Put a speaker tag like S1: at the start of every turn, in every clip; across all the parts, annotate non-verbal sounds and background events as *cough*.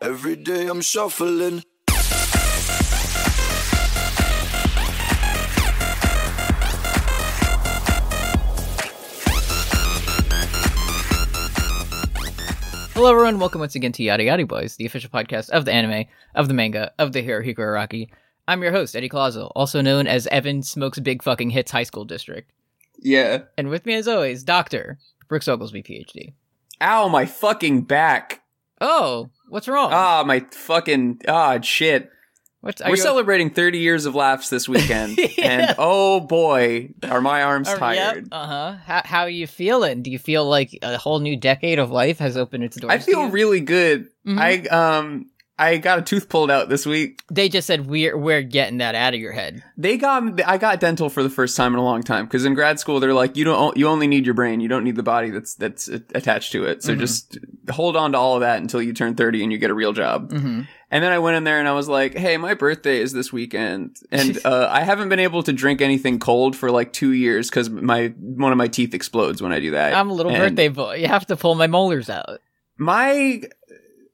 S1: Every day I'm shuffling.
S2: Hello, everyone. Welcome once again to Yada Yada Boys, the official podcast of the anime, of the manga, of the Hirohiko Araki. I'm your host, Eddie Clausel, also known as Evan Smokes Big Fucking Hits High School District.
S3: Yeah.
S2: And with me, as always, Dr. Brooks Oglesby, PhD.
S3: Ow, my fucking back.
S2: Oh, what's wrong?
S3: Ah, my fucking ah shit.
S2: what's,
S3: We're celebrating 30 years of laughs this weekend,
S2: Yeah.
S3: and oh boy, are my arms tired.
S2: Uh huh. How, how are you feeling? Do you feel like a whole new decade of life has opened its doors?
S3: I
S2: to
S3: feel
S2: you?
S3: really good.
S2: Mhm.
S3: I um I got a tooth pulled out this week.
S2: they just said we're we're getting that out of your head.
S3: They got I got dental for the first time in a long time because in grad school they're like you don't you only need your brain you don't need the body that's that's uh, attached to it so
S2: Mhm.
S3: just hold on to all of that until you turn 30 and you get a real job
S2: Mm-hmm.
S3: And then I went in there and I was like, "Hey, my birthday is this weekend, and uh, I haven't been able to drink anything cold for like two years because my one of my teeth explodes when I do that."
S2: I'm a little
S3: And
S2: birthday boy. You have to pull my molars out.
S3: My,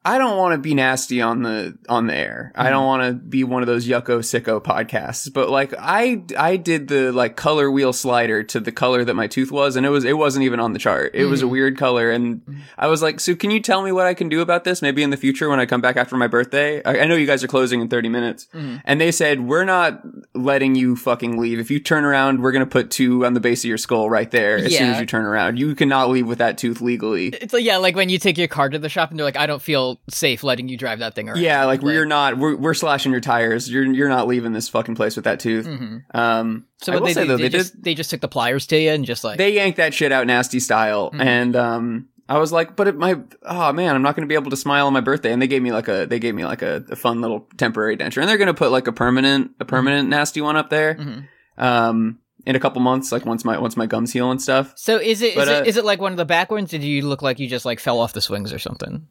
S3: I don't want to be nasty on the on the air. I don't want to be one of those yucko sicko podcasts. But like, I I did the like color wheel slider to the color that my tooth was, and it was it wasn't even on the chart. It was a
S2: Mm.
S3: weird color, and I was like, "So can you tell me what I can do about this? Maybe in the future when I come back after my birthday. I, I know you guys are closing in 30 minutes."
S2: Mhm.
S3: And they said, We're not letting you fucking leave. If you turn around, we're going to put two on the base of your skull right there as soon
S2: Yeah.
S3: as you turn around. You cannot leave with that tooth legally.
S2: It's like yeah, like when you take your car to the shop and they're like, I don't feel safe letting you drive that thing around.
S3: Yeah, like we're not, we're, we're slashing your tires. You're, you're not leaving this fucking place with that tooth.
S2: Mhm.
S3: Um,
S2: So
S3: I
S2: what
S3: will
S2: they,
S3: say
S2: did,
S3: though,
S2: they,
S3: they did
S2: just they just took the pliers to you and just like
S3: they yanked that shit out nasty style
S2: Mhm.
S3: and um i was like but it, my oh man i'm not gonna be able to smile on my birthday and they gave me like a they gave me like a, a fun little temporary denture and they're gonna put like a permanent a permanent nasty one up there
S2: Mhm.
S3: um in a couple months like once my once my gums heal and stuff
S2: So is it is
S3: But, uh,
S2: it is it like one of the back ones? Did you look like you just like fell off the swings or something?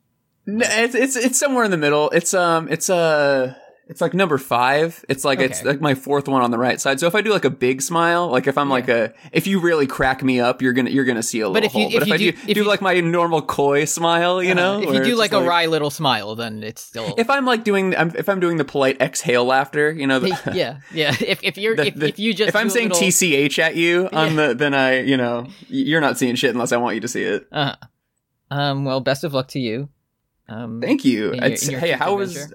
S3: N- it's it's it's somewhere in the middle it's um it's uh it's like number five. It's like it's
S2: Okay.
S3: like my fourth one on the right side. So if I do like a big smile, like if I'm
S2: Yeah.
S3: like a if you really crack me up, you're gonna you're gonna see a little
S2: But if you-
S3: hole.
S2: if
S3: but if
S2: you
S3: I do,
S2: do-
S3: do,
S2: if you-
S3: like my normal coy smile, you know,
S2: Uh, if
S3: where
S2: you do
S3: it's
S2: like
S3: just
S2: a wry little smile, then it's still *laughs*
S3: if I'm like doing, I'm, if I'm doing the polite exhale laughter, you know, the,
S2: yeah yeah. *laughs* If if you're
S3: the-
S2: if,
S3: the-
S2: if you just
S3: *laughs* if
S2: do
S3: I'm
S2: a
S3: saying
S2: little-
S3: TCH at you on the, then I, you know, y- you're not seeing shit unless I want you to see it.
S2: uh, um well, best of luck to you. Um,
S3: Thank you.
S2: In your-
S3: I'd
S2: in your
S3: say- hey,
S2: future
S3: how was,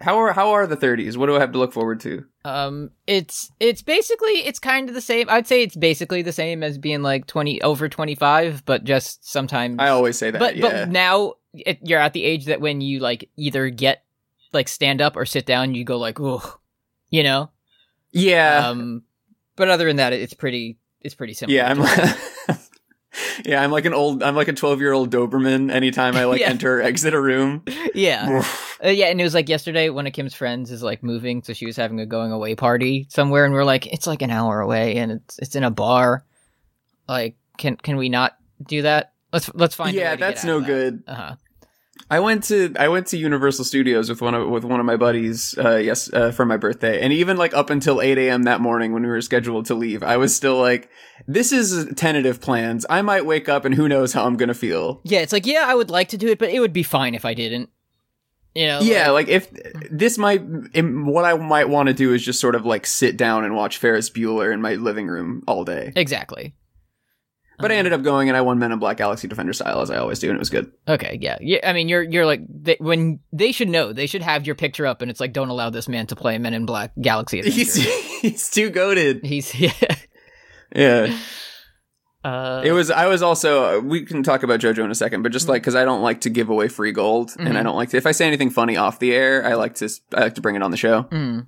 S3: how are how are the 30s? What do I have to look forward to?
S2: Um, it's it's basically it's kind of the same. I'd say it's basically the same as being like twenty over twenty five, but just sometimes.
S3: I always say that.
S2: but
S3: yeah.
S2: but now it, you're at the age that when you like either get like stand up or sit down, you go like, oh, you know.
S3: yeah,
S2: Um, but other than that, it's pretty it's pretty similar.
S3: *laughs* yeah, I'm.
S2: to-
S3: Like, *laughs* yeah, I'm like an old, I'm like a 12 year old Doberman. Anytime I
S2: *laughs*
S3: like
S2: Yeah.
S3: enter or exit a room,
S2: *laughs* yeah. *laughs* Uh, yeah, and it was like yesterday. One of Kim's friends is like moving, so she was having a going away party somewhere, and we're like, it's like an hour away, and it's it's in a bar. Like, can can we not do that? Let's let's find.
S3: yeah, that's no good.
S2: Uh huh.
S3: I went to I went to Universal Studios with one of with one of my buddies uh, yes uh, for my birthday, and even like up until eight a.m. that morning when we were scheduled to leave, I was still like, "This is tentative plans. I might wake up and who knows how I'm gonna feel."
S2: Yeah, it's like yeah, I would like to do it, but it would be fine if I didn't. You know.
S3: Yeah, like if this might im- what I might want to do is just sort of like sit down and watch Ferris Bueller in my living room all day.
S2: exactly. Um,
S3: But I ended up going and I won Men in Black Galaxy Defender style as I always do, and it was good.
S2: Okay. Yeah. Yeah. I mean, you're you're like they, when they should know they should have your picture up, and it's like don't allow this man to play Men in Black Galaxy.
S3: *laughs* He's
S2: Adventure.
S3: he's too goaded.
S2: He's *laughs* yeah.
S3: Yeah.
S2: Uh,
S3: It was. I was also. uh, We can talk about JoJo in a second, but just like because I don't like to give away free gold, and I
S2: Mhm.
S3: don't like to, if I say anything funny off the air. I like to. s- I like to bring it on the show.
S2: mm,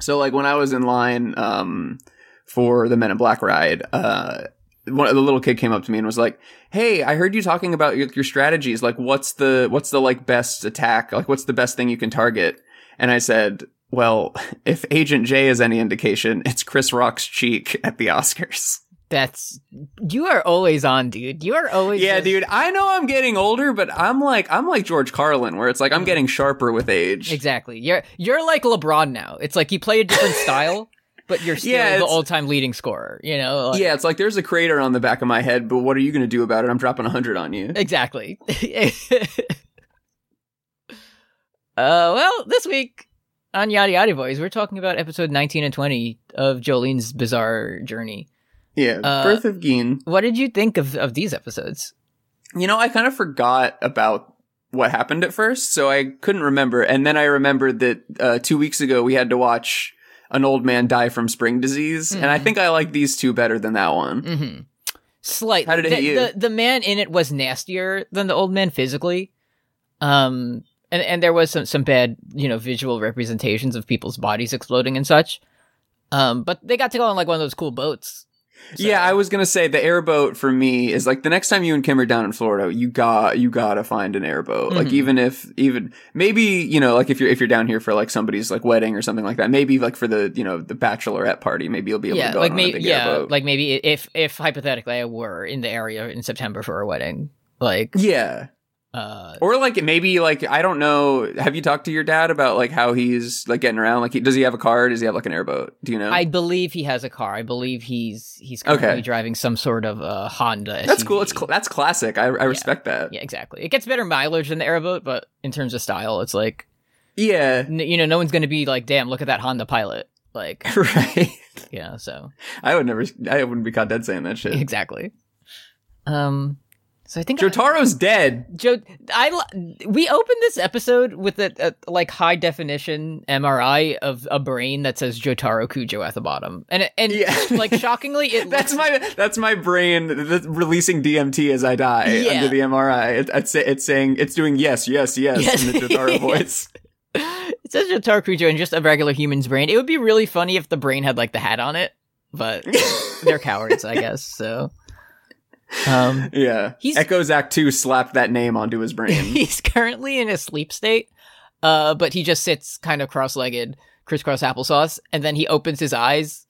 S3: So like when I was in line um, for the Men in Black ride, uh, one the little kid came up to me and was like, "Hey, I heard you talking about your, your strategies. Like, what's the what's the like best attack? Like, what's the best thing you can target?" And I said. Well, *laughs* if Agent J is any indication, it's Chris Rock's cheek at the Oscars.
S2: that's you are always on, dude. You are always
S3: Yeah,
S2: just-
S3: dude. I know I'm getting older, but I'm like I'm like George Carlin, where it's like I'm getting sharper with age.
S2: Exactly. You're you're like LeBron now. It's like you play a
S3: *laughs*
S2: different style, but you're still
S3: Yeah,
S2: the
S3: it's-
S2: all time leading scorer. You know. Like-
S3: Yeah, it's like there's a crater on the back of my head, but what are you gonna do about it? I'm dropping hundred on you.
S2: Exactly. *laughs* Uh, well, this week on Yada Yada Boys, we're talking about episode 19 and 20 of Jolene's bizarre journey.
S3: Yeah,
S2: Uh,
S3: Birth of Geen.
S2: What did you think of, of these episodes?
S3: You know, I kind of forgot about what happened at first, so I couldn't remember. And then I remembered that uh, two weeks ago we had to watch an old man die from spring disease, and I
S2: Mhm.
S3: think I like these two better than that one.
S2: Mm-hmm. Slightly.
S3: How did it
S2: the,
S3: hit you?
S2: The, the man in it was nastier than the old man physically. Um, and, and there was some, some bad, you know, visual representations of people's bodies exploding and such. Um, but they got to go on like one of those cool boats. So-
S3: Yeah, I was gonna say the airboat for me is like the next time you and Kim are down in Florida, you got you gotta find an airboat. Like
S2: Mhm.
S3: even if even maybe you know like if you're if you're down here for like somebody's like wedding or something like that, maybe like for the you know the bachelorette party, maybe you'll be able
S2: yeah,
S3: to go
S2: like
S3: on a
S2: maybe
S3: big
S2: yeah,
S3: airboat.
S2: like maybe if if hypothetically I were in the area in September for a wedding, like
S3: yeah,
S2: uh
S3: or like maybe like I don't know. Have you talked to your dad about like how he's like getting around? Like he, does he have a car? Does he have like an airboat? Do you know?
S2: I believe he has a car. I believe he's he's currently
S3: Okay.
S2: driving some sort of uh Honda.
S3: that's
S2: SUV.
S3: cool. It's cl- that's classic. I, I respect that.
S2: yeah, exactly. It gets better mileage than the airboat, but in terms of style, it's like
S3: yeah. *laughs*
S2: n- you know, no one's going to be like, "Damn, look at that Honda Pilot." Like,
S3: right.
S2: you know, so
S3: I would never. I wouldn't be caught dead saying that shit.
S2: *laughs* exactly. Um so I think I-
S3: Jotaro's dead.
S2: *laughs* Joe, I l- we opened this episode with a, a like high definition MRI of a brain that says Jotaro Kujo at the bottom, and it- and
S3: Yeah.
S2: *laughs* like shockingly, it
S3: *laughs* That's
S2: looks-
S3: my that's my brain th- releasing DMT as I die
S2: Yeah.
S3: under the MRI. It, it's, it's saying it's doing yes, yes, yes,
S2: Yes.
S3: in the
S2: *laughs*
S3: Jotaro voice.
S2: *laughs* it says Jotaro Kujo in just a regular human's brain. It would be really funny if the brain had like the hat on it, but they're cowards, I guess. So,
S3: *laughs*
S2: um,
S3: *laughs* yeah,
S2: He's-
S3: Echo Zach two slapped that name onto his
S2: *laughs*
S3: brain.
S2: he's currently in a sleep state, uh, but he just sits kind of cross-legged, crisscross applesauce, and then he opens his eyes,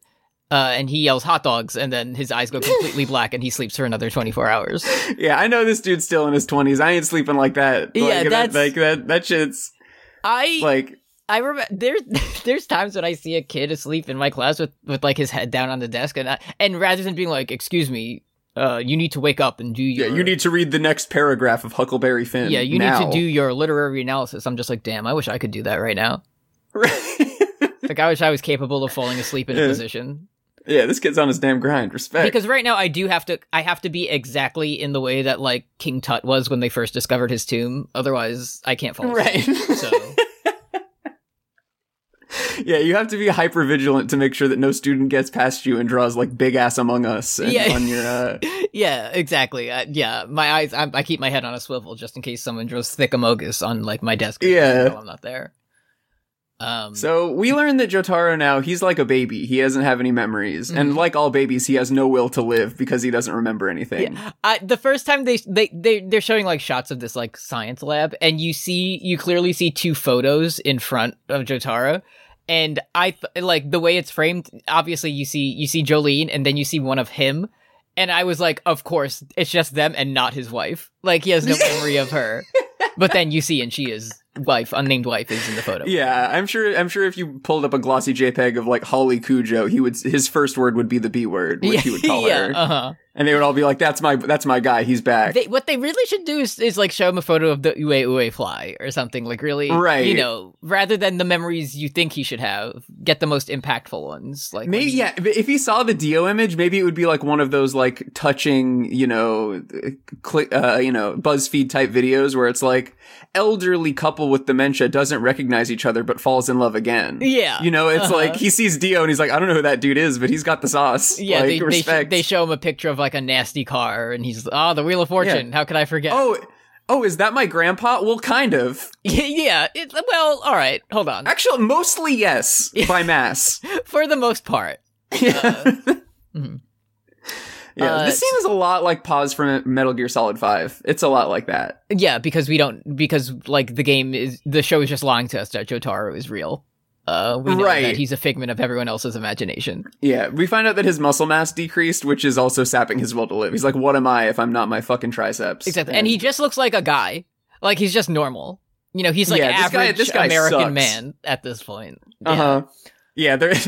S2: uh, and he yells hot dogs, and then his
S3: *laughs*
S2: eyes go completely black, and he sleeps for another twenty-four hours.
S3: yeah, I know this dude's still in his twenties. I ain't sleeping like that.
S2: Yeah,
S3: like,
S2: that's-
S3: that, like that. That shit's
S2: I
S3: like
S2: I remember there's *laughs* there's times when I see a kid asleep in my class with with like his head down on the desk, and I, and rather than being like, "Excuse me, uh, you need to wake up and do
S3: yeah.
S2: your
S3: You need to read the next paragraph of Huckleberry Finn.
S2: yeah, you
S3: now.
S2: need to do your literary analysis." I'm just like, "Damn, I wish I could do that right now."
S3: do.
S2: Like, I wish I was capable of falling asleep in a
S3: Yeah.
S2: position.
S3: *laughs* yeah, this kid's on his damn grind. Respect.
S2: because right now I do have to I have to be exactly in the way that like King Tut was when they first discovered his tomb. Otherwise, I can't fall asleep.
S3: right.
S2: So
S3: Yeah, you have to be hyper vigilant to make sure that no student gets past you and draws like big ass among us and
S2: Yeah.
S3: on your uh,
S2: yeah, exactly. I, yeah, my eyes I, I keep my head on a swivel just in case someone draws thick amogus on like my desk.
S3: Yeah.
S2: while I'm not there. Um.
S3: So we learned that Jotaro now he's like a baby. He doesn't have any memories.
S2: Mm-hmm.
S3: And like all babies, he has no will to live because he doesn't remember anything.
S2: yeah, I, the first time they they they they're showing like shots of this like science lab, and you see you clearly see two photos in front of Jotaro, and I th- like the way it's framed. Obviously, you see you see Jolene, and then you see one of him, and I was like, of course, it's just them and not his wife. Like he has
S3: *laughs*
S2: no memory of her, but then you see, and she is wife, unnamed wife, is in the photo.
S3: Yeah, I'm sure I'm sure if you pulled up a glossy JPEG of like Holly Cujo, he would his first word would be the B word, which he would call
S2: *laughs* yeah,
S3: her.
S2: uh-huh.
S3: And they would all be like, That's my that's my guy, he's back.
S2: They, what they really should do is, is like show him a photo of the Ue Ue fly or something. Like really,
S3: Right.
S2: You know, rather than the memories you think he should have, get the most impactful ones. Like
S3: Maybe
S2: when-
S3: yeah. but If he saw the Dio image, maybe it would be like one of those like touching, you know, click, uh, you know, BuzzFeed type videos where it's like elderly couple with dementia doesn't recognize each other but falls in love again.
S2: Yeah.
S3: you know, it's
S2: Uh-huh.
S3: like he sees Dio and he's like, I don't know who that dude is, but he's got the sauce.
S2: yeah.
S3: like,
S2: they, they, sh-
S3: respect.
S2: they show him a picture of like a nasty car, and he's ah the Wheel of Fortune. How could I forget?
S3: oh, oh, is that my grandpa? Well, kind of.
S2: *laughs* yeah. It, well, all right. Hold on.
S3: Actually, mostly yes
S2: *laughs*
S3: by mass. *laughs*
S2: For the most part, mhm.
S3: Yeah,
S2: Uh,
S3: this scene is a lot like pause from Metal Gear Solid Five. It's a lot like that.
S2: yeah, because we don't because like the game is the show is just lying to us that Jotaro is real. Uh, we know
S3: Right.
S2: that he's a figment of everyone else's imagination.
S3: Yeah, we find out that his muscle mass decreased, which is also sapping his will to live. He's like, "What am I if I'm not my fucking triceps?"
S2: Exactly. And he just looks like a guy. Like he's just normal. You know, he's like
S3: Yeah, this
S2: average
S3: guy- this guy
S2: American
S3: sucks.
S2: man at this point. Yeah.
S3: uh huh, yeah, they're *laughs*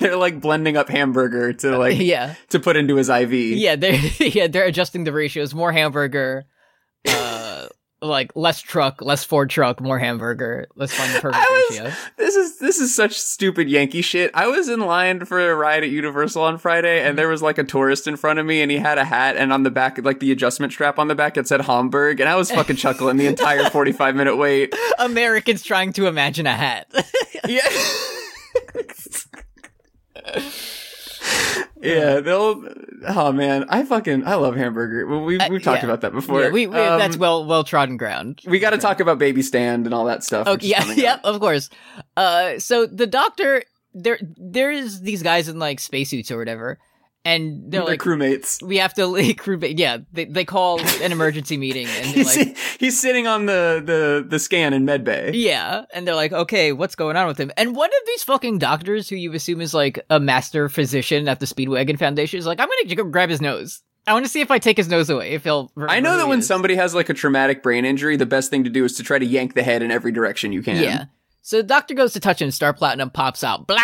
S3: they're like blending up hamburger to like
S2: Uh, *laughs* yeah.
S3: to put into his
S2: *laughs*
S3: IV.
S2: Yeah, they're yeah, they're adjusting the ratios. More hamburger. Uh *laughs* like less truck, less Ford truck, more hamburger. Let's find the perfect
S3: *laughs* I was-
S2: ratio.
S3: This is this is such stupid Yankee shit. I was in line for a ride at Universal on Friday,
S2: Mhm.
S3: and there was like a tourist in front of me, and he had a hat, and on the back, like the adjustment strap on the back, it said Hamburg, and I was fucking chuckling the entire forty-five
S2: *laughs*
S3: minute wait.
S2: Americans trying to imagine a hat. *laughs*
S3: Yeah. yeah, they'll. Oh man, I fucking I love hamburger. Well, we
S2: Uh,
S3: we've talked
S2: yeah.
S3: about that before.
S2: yeah, we, we,
S3: Um,
S2: that's well well trodden ground.
S3: we got to talk about baby stand and all that stuff.
S2: Oh
S3: which is
S2: yeah, *laughs*
S3: coming up.
S2: yeah, of course. Uh, so the doctor, there, there's these guys in like spacesuits or whatever, and they're
S3: They're
S2: like,
S3: crewmates.
S2: we have to *laughs* like, crew. ba- Yeah, they, they call an emergency meeting, and they're
S3: *laughs* He's,
S2: like,
S3: he's sitting on the the the scan in medbay.
S2: yeah, and they're like, okay, what's going on with him? And one of these fucking doctors, who you assume is like a master physician at the Speedwagon Foundation, is like, I'm gonna go grab his nose. I want to see if I take his nose away. If he'll, remember
S3: I know
S2: who
S3: that
S2: he
S3: when
S2: is."
S3: somebody has like a traumatic brain injury, the best thing to do is to try to yank the head in every direction you can.
S2: Yeah. So the doctor goes to touch him, Star Platinum pops out, blah,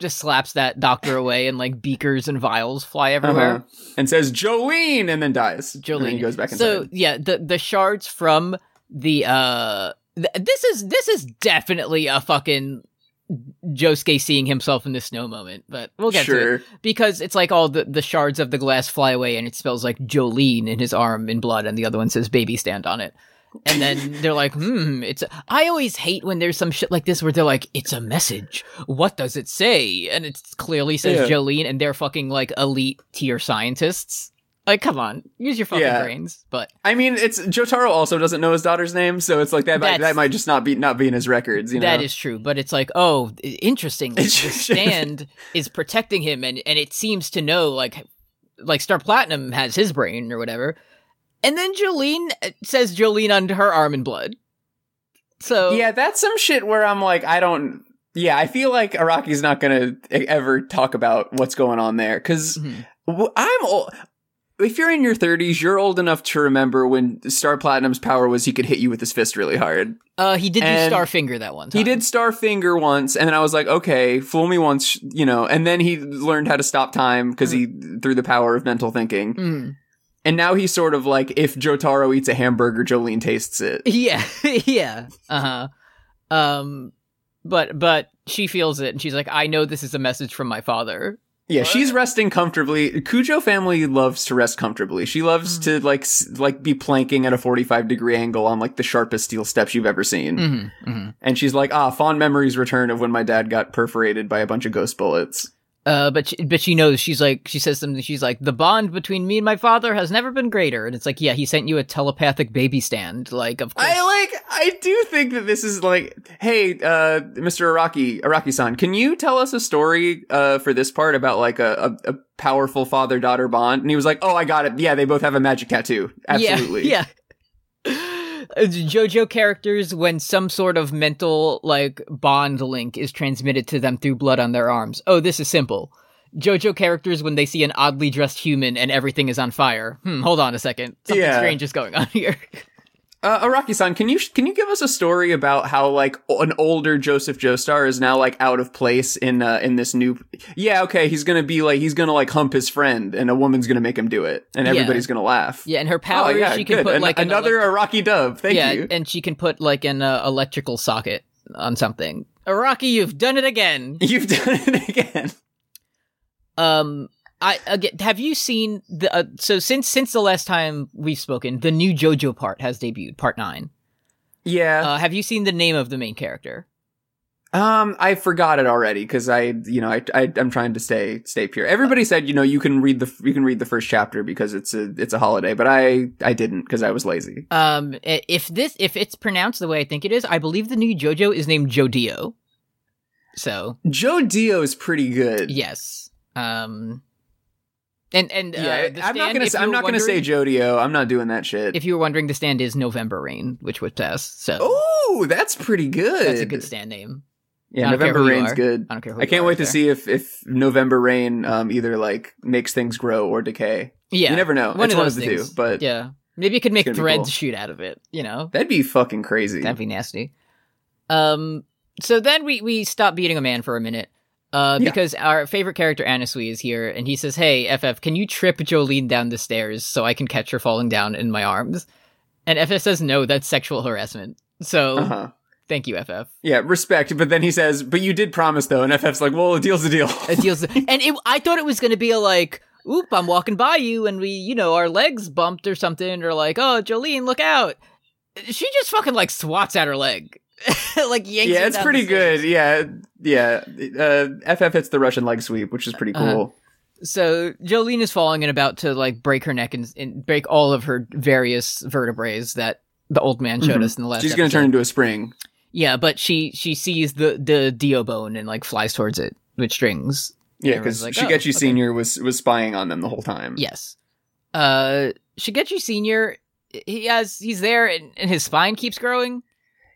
S2: just slaps that doctor away, and like beakers and vials fly everywhere.
S3: Uh-huh. And says Jolene, and then dies.
S2: Jolene
S3: and then he goes back inside.
S2: So yeah, the the shards from the uh, th- this is this is definitely a fucking Josuke seeing himself in the snow moment, but we'll get to it
S3: sure.
S2: because it's like all the the shards of the glass fly away, and it spells like Jolene in his arm in blood, and the other one says baby stand on it. And then they're like, hmm, it's. I always hate when there's some shit like this where they're like, it's a message. What does it say? And it clearly says
S3: Yeah.
S2: Jolene, and they're fucking like elite tier scientists. Like, come on, use your fucking
S3: Yeah.
S2: brains. But
S3: I mean, it's Jotaro also doesn't know his daughter's name, so it's like that. Might,
S2: That's-
S3: that might just not be not be in his records. You know,
S2: That is true, but it's like, oh, i-
S3: *laughs*
S2: interesting. The
S3: It's just-
S2: stand is protecting him, and and it seems to know like, like Star Platinum has his brain or whatever, and then Jolene uh, says Jolene on her arm in blood. So
S3: yeah, that's some shit where I'm like, I don't. Yeah, I feel like Araki's not gonna e- ever talk about what's going on there because
S2: Mhm.
S3: I'm old. If you're in your 30s, you're old enough to remember when Star Platinum's power was he could hit you with his fist really hard.
S2: uh, he did do
S3: And-
S2: Star Finger that one. Time.
S3: He did Starfinger once, and then I was like, okay, fool me once, you know. And then he learned how to stop time because he through the power of mental thinking.
S2: Mhm.
S3: And now he's sort of like, if Jotaro eats a hamburger, Jolene tastes it.
S2: Yeah, *laughs* yeah. Uh huh. Um, but but she feels it, and she's like, I know this is a message from my father.
S3: Yeah, she's resting comfortably. Cujo family loves to rest comfortably. She loves to like s- like be planking at a 45 degree angle on like the sharpest steel steps you've ever seen.
S2: Mhm, mhm.
S3: And she's like, "Ah, fond memories return of when my dad got perforated by a bunch of ghost bullets."
S2: Uh, but she, but she knows she's like she says something. She's like the bond between me and my father has never been greater, and it's like yeah, he sent you a telepathic baby stand. Like of course,
S3: I like I do think that this is like, "Hey, uh Mr. Araki, Araki-san, can you tell us a story uh for this part about like a a, a powerful father-daughter bond?" And he was like, "Oh, I got it. Yeah, they both have a magic tattoo." *laughs* Absolutely.
S2: yeah. *laughs* yeah. Uh, JoJo characters when some sort of mental like bond link is transmitted to them through blood on their arms. Oh, this is simple. JoJo characters when they see an oddly dressed human and everything is on fire. Hmm, hold on a second. Something
S3: Yeah.
S2: strange is going on *laughs* here.
S3: Uh, Araki-san, can you can you give us a story about how like o- an older Joseph Joestar is now like out of place in uh, in this new? Yeah, okay, he's gonna be like he's gonna like hump his friend, and a woman's gonna make him do it, and
S2: Yeah.
S3: everybody's gonna laugh.
S2: yeah, and her power
S3: oh yeah,
S2: she can
S3: good.
S2: put
S3: An-
S2: like an
S3: another Araki dove. Thank
S2: yeah,
S3: you.
S2: and she can put like an uh, electrical socket on something. Iraqi, you've done it again.
S3: *laughs* You've done it again.
S2: Um, I again, have you seen the uh, so since since the last time we've spoken, the new JoJo part has debuted, part nine.
S3: Yeah.
S2: Uh, have you seen the name of the main character?
S3: um, I forgot it already because I, you know, I, I I'm trying to stay stay pure. Everybody said you know you can read the you can read the first chapter because it's a it's a holiday, but I I didn't because I was lazy.
S2: Um, i- if this if it's pronounced the way I think it is, I believe the new JoJo is named Jodio. So
S3: Joe Dio is pretty good.
S2: yes, um, and and uh,
S3: yeah,
S2: the
S3: I'm not
S2: stand,
S3: gonna.
S2: if
S3: Say,
S2: you
S3: I'm
S2: were
S3: not gonna say
S2: wondering-
S3: Jodio. I'm not doing that shit.
S2: If you were wondering, the stand is November Rain, which would pass. So
S3: oh, that's pretty good.
S2: That's a good stand name. I
S3: Yeah,
S2: don't care
S3: November
S2: who you
S3: Rain's
S2: are.
S3: good.
S2: I don't care. Who
S3: I
S2: you
S3: can't
S2: are
S3: wait to
S2: there.
S3: see if if November Rain um either like makes things grow or decay.
S2: Yeah,
S3: You never know.
S2: One
S3: it's
S2: of
S3: one
S2: those
S3: of the
S2: things.
S3: two. But
S2: yeah. Maybe it could make
S3: gonna be
S2: threads
S3: cool.
S2: shoot out of it. You know,
S3: that'd be fucking crazy.
S2: that'd be nasty. Um. So then we we stop beating a man for a minute. Uh,
S3: Yeah.
S2: because our favorite character Anasui is here, and he says, "Hey, FF, can you trip Jolene down the stairs so I can catch her falling down in my arms?" And FF says no, that's sexual harassment. So
S3: Uh huh.
S2: thank you, FF.
S3: Yeah, respect. But then he says, "But you did promise, though." And FF's like, "Well, a deal's a deal." *laughs*
S2: It deals, and it, I thought it was going to be a like, oop, I'm walking by you, and we, you know, our legs bumped or something, or like, oh, Jolene, look out. She just fucking like swats at her leg, *laughs* like yanks. her
S3: yeah, it's
S2: down
S3: pretty
S2: the stairs.
S3: good. Yeah, yeah. Uh, FF hits the Russian leg sweep, which is pretty cool.
S2: Uh-huh. So Jolene is falling and about to like break her neck and, and break all of her various vertebrae that the old man showed
S3: Mhm.
S2: us in the last.
S3: She's going to
S2: episode.
S3: turn into a spring.
S2: Yeah, but she she sees the the Dio bone and like flies towards it with strings.
S3: Yeah,
S2: Everyone's
S3: because
S2: like,
S3: Shigechi
S2: "Oh, okay."
S3: Senior was was spying on them the whole time.
S2: Yes. Uh Shigechi Senior, he has he's there and, and his spine keeps growing.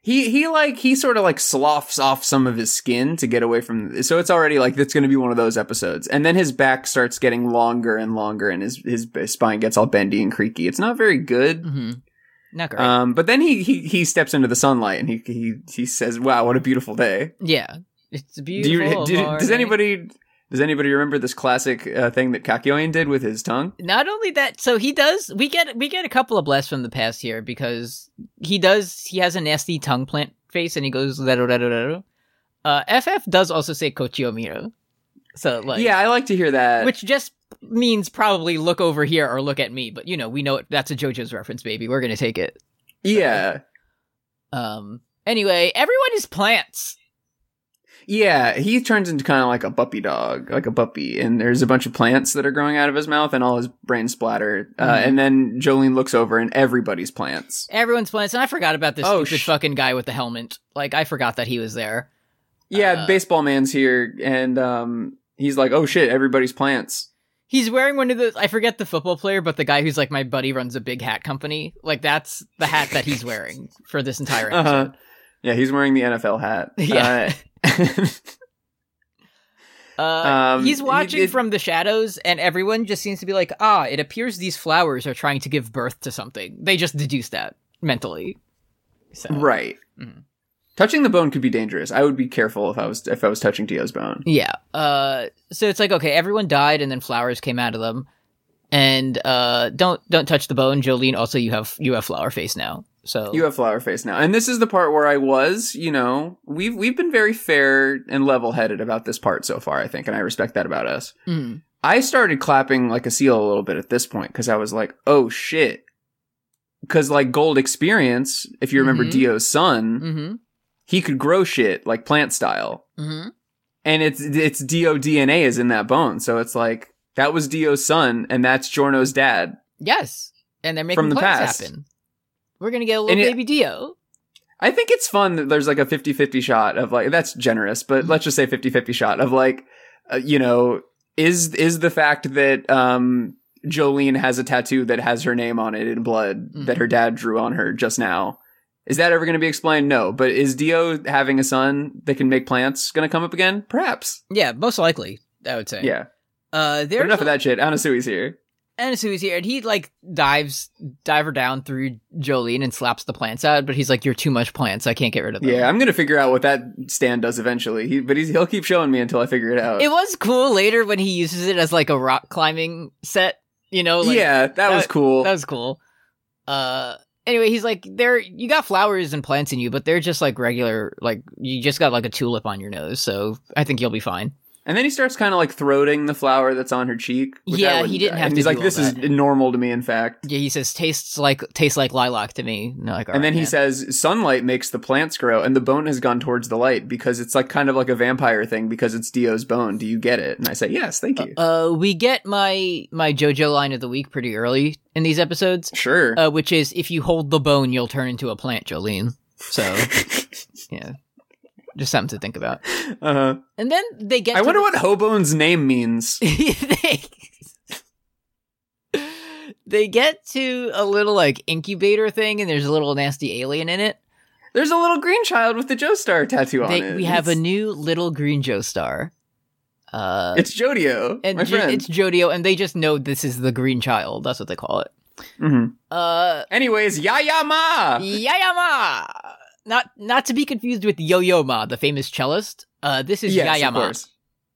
S3: he he like he sort of like sloughs off some of his skin to get away from. So it's already like that's going to be one of those episodes. And then his back starts getting longer and longer, and his his spine gets all bendy and creaky. It's not very good.
S2: Mm-hmm. Not great.
S3: Um, but then he, he he steps into the sunlight and he he he says, "Wow, what a beautiful day."
S2: yeah, it's a
S3: Do you,
S2: beautiful.
S3: do- does
S2: morning.
S3: anybody does anybody remember this classic uh, thing that Kakyoin did with his tongue?
S2: Not only that, so he does. We get we get a couple of blasts from the past here because he does. He has a nasty tongue plant face, and he goes da da da da da. Uh, FF does also say Kochiomiro, so like
S3: yeah, I like to hear that.
S2: which just means probably look over here or look at me. But you know, we know it, that's a JoJo's reference, baby. We're gonna take it.
S3: yeah,
S2: Um. Anyway, everyone is plants.
S3: yeah, he turns into kind of like a puppy dog, like a puppy, and there's a bunch of plants that are growing out of his mouth, and all his brain splatter. Uh,
S2: Mhm.
S3: And then Jolene looks over, and everybody's plants.
S2: Everyone's plants, and I forgot about this
S3: Oh,
S2: stupid
S3: sh-
S2: fucking guy with the helmet. Like I forgot that he was there.
S3: Yeah,
S2: Uh,
S3: baseball man's here, and um, he's like, "Oh shit, everybody's plants."
S2: He's wearing one of those. I forget the football player, but the guy who's like my buddy runs a big hat company. Like that's the hat that he's
S3: *laughs*
S2: wearing for this entire episode.
S3: Uh-huh. Yeah, he's wearing the NFL hat.
S2: *laughs* Yeah.
S3: Uh,
S2: *laughs* Uh,
S3: Um,
S2: he's
S3: he-
S2: watching
S3: it-
S2: from the shadows, and everyone just seems to be like, ah, it appears these flowers are trying to give birth to something. They just deduce that mentally. So,
S3: right.
S2: Mhm.
S3: Touching the bone could be dangerous. I would be careful if I was if I was touching Dio's bone.
S2: Yeah. Uh, so it's like, okay, everyone died, and then flowers came out of them. And uh, don't don't touch the bone, Jolene. Also, you have you have flower face now. So
S3: You have flower face now, and this is the part where I was. You know, we've we've been very fair and level headed about this part so far. I think, and I respect that about us.
S2: Mm.
S3: I started clapping like a seal a little bit at this point because I was like, oh shit, because like Gold Experience, if you remember
S2: Mhm.
S3: Dio's son,
S2: Mhm.
S3: he could grow shit like plant style,
S2: Mhm.
S3: and it's it's Dio DNA is in that bone, so it's like that was Dio's son, and that's Jorno's dad.
S2: Yes. And they're making
S3: From the
S2: plans
S3: past.
S2: happen. We're gonna get a little
S3: And it-
S2: baby Dio.
S3: I think it's fun that there's like a 50-50 shot of like that's generous, but
S2: Mm-hmm.
S3: let's just say 50-50 shot of like uh, you know is is the fact that um Jolene has a tattoo that has her name on it in blood
S2: Mhm.
S3: that her dad drew on her just now. Is that ever going to be explained? No, but is Dio having a son that can make plants going to come up again? Perhaps.
S2: Yeah, most likely. I would say.
S3: Yeah.
S2: Uh,
S3: But
S2: there's
S3: enough
S2: a-
S3: of that shit. Anasui's here.
S2: Anasu's here, and he like dives diver down through Jolene and slaps the plants out, but he's like, "You're too much plants. I can't get rid of them."
S3: Yeah, I'm going to figure out what that stand does eventually. He, but he's, he'll keep showing me until I figure it out.
S2: it was cool later when he uses it as like a rock climbing set. You know, like,
S3: yeah, that, was
S2: that-
S3: cool.
S2: that was cool. Uh, anyway, he's like, "There, you got flowers and plants in you, but they're just like regular. Like you just got like a tulip on your nose, so I think you'll be fine."
S3: And then he starts kind of like throating the flower that's on her cheek. which I
S2: Yeah, he
S3: wouldn't
S2: didn't
S3: do.
S2: have
S3: And
S2: to
S3: he's
S2: do
S3: like,
S2: all
S3: "This is
S2: that."
S3: normal to me, in fact."
S2: Yeah, he says, "Tastes like tastes like lilac to me." And, they're like,
S3: and then he
S2: he said.
S3: says, "Sunlight makes the plants grow, and the bone has gone towards the light because it's like kind of like a vampire thing because it's Dio's bone. Do you get it?" And I say, "Yes, thank you."
S2: Uh, we get my my JoJo line of the week pretty early in these episodes,
S3: sure.
S2: uh, which is if you hold the bone, you'll turn into a plant, Jolene.
S3: *laughs*
S2: So, yeah, just something to think about.
S3: uh,
S2: And then they get.
S3: I
S2: to
S3: wonder
S2: the-
S3: what Hobone's name
S2: *laughs*
S3: means.
S2: they, they get to a little like incubator thing, and there's a little nasty alien in it.
S3: There's a little green child with the Joestar tattoo on
S2: They-
S3: it.
S2: we have a
S3: it's,
S2: new little green Joe star. Uh,
S3: It's Jodio,
S2: and
S3: my
S2: Jo-
S3: friend.
S2: it's Jodio, and they just know this is the green child. That's what they call it.
S3: Mhm.
S2: Uh.
S3: Anyways, Yaya Ma.
S2: Yayama! Not not to be confused with Yo-Yo Ma, the famous cellist. Uh, this is
S3: yes, of
S2: Yayama.
S3: course.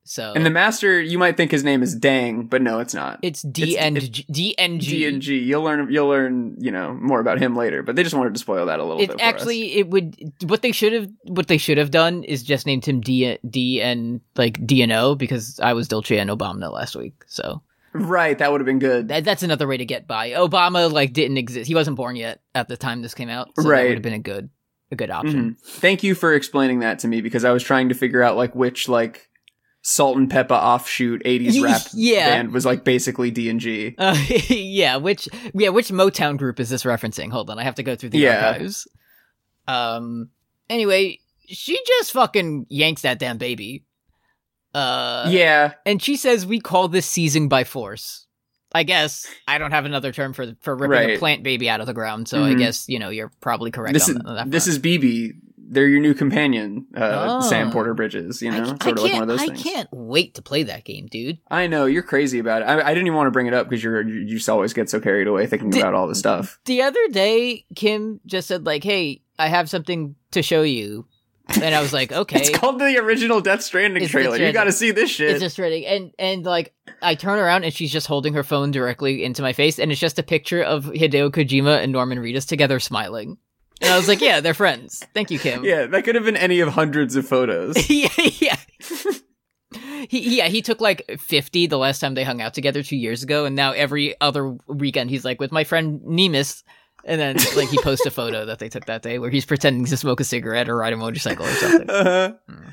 S2: So
S3: And the master, you might think his name is Dang, but no, it's not.
S2: it's DNG.
S3: G and
S2: DNG.
S3: G. You'll learn. You'll learn. You know more about him later. But they just wanted to spoil that a little
S2: It
S3: bit. for us.
S2: actually it would what they should have what they should have done is just named him D D and like D and O because I was Dolce and Obama last week. So
S3: right. That would have been good.
S2: that, that's another way to get by. Obama like didn't exist. He wasn't born yet at the time this came out. So that
S3: Right. Mm-hmm.
S2: would have been a good a good option.
S3: Thank you for explaining that to me because I was trying to figure out like which like Salt and Peppa offshoot
S2: *laughs*
S3: '80s rap
S2: Yeah.
S3: band was like basically D and G.
S2: *laughs* Uh, yeah, which yeah, which Motown group is this referencing? Hold on, I have to go through the
S3: Yeah.
S2: archives. Um. Anyway, she just fucking yanks that damn baby. Uh.
S3: Yeah.
S2: And she says we call this seizing by force. I guess I don't have another term for for ripping a
S3: Right.
S2: plant baby out of the ground. So I
S3: Mhm.
S2: guess you know you're probably correct.
S3: This
S2: on
S3: is
S2: that- on that
S3: this
S2: front.
S3: is BB. They're your new companion, uh,
S2: Oh.
S3: Sam Porter Bridges. You
S2: I
S3: know,
S2: ca- I,
S3: sort of like one
S2: can't-
S3: of those
S2: I
S3: things.
S2: can't wait to play that game, dude.
S3: I know you're crazy about it. I, I didn't even want to bring it up because you're you just always get so carried away thinking
S2: Did-
S3: about all this stuff.
S2: the other day kim just said like hey i have something to show you and i was *laughs* like okay
S3: It's called the original Death Stranding
S2: It's the
S3: trailer. You
S2: trailer.
S3: got to see this
S2: it's
S3: shit.
S2: just ready and and like i turn around and she's just holding her phone directly into my face and it's just a picture of hideo kojima and norman reedus together smiling and i was like yeah they're friends thank you kim
S3: yeah, that could have been any of hundreds of photos.
S2: *laughs*
S3: *laughs*
S2: yeah yeah he, yeah, he took like 50 the last time they hung out together two years ago, and now every other weekend he's like with my friend Nemus. And then like he posts a photo that they took that day where he's pretending to smoke a cigarette or ride a motorcycle or something.
S3: Uh-huh.
S2: Hmm.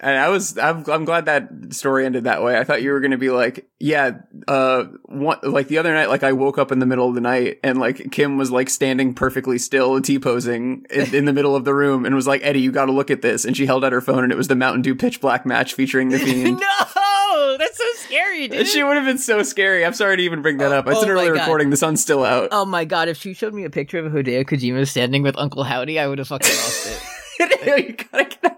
S3: And I was, I'm, I'm glad that story ended that way. I thought you were going to be like, yeah, uh, one, like the other night, like I woke up in the middle of the night and like Kim was like standing perfectly still, T posing in, in the middle of the room and was like, Eddie, you got to look at this. And she held out her phone and it was the Mountain Dew Pitch Black match
S2: *laughs*
S3: featuring the Fiend.
S2: *laughs* no, that's so scary, dude.
S3: And she would have been so scary. I'm sorry to even bring that up. It's
S2: oh
S3: an
S2: my
S3: early
S2: God.
S3: recording. The sun's still out.
S2: oh my god, if she showed me a picture of Hideo Kojima standing with Uncle Howdy, I would have fucking lost it.
S3: *laughs* you gotta get out.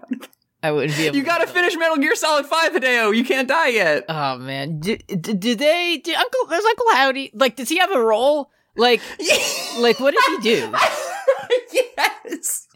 S2: I wouldn't be able.
S3: You gotta finish Metal Gear Solid Five, Hideo. You can't
S2: *laughs*
S3: die yet.
S2: Oh man, did, did, did they? Did Uncle? Does Uncle Howdy like? Does he have a role? Like, like what does he do?
S3: yes.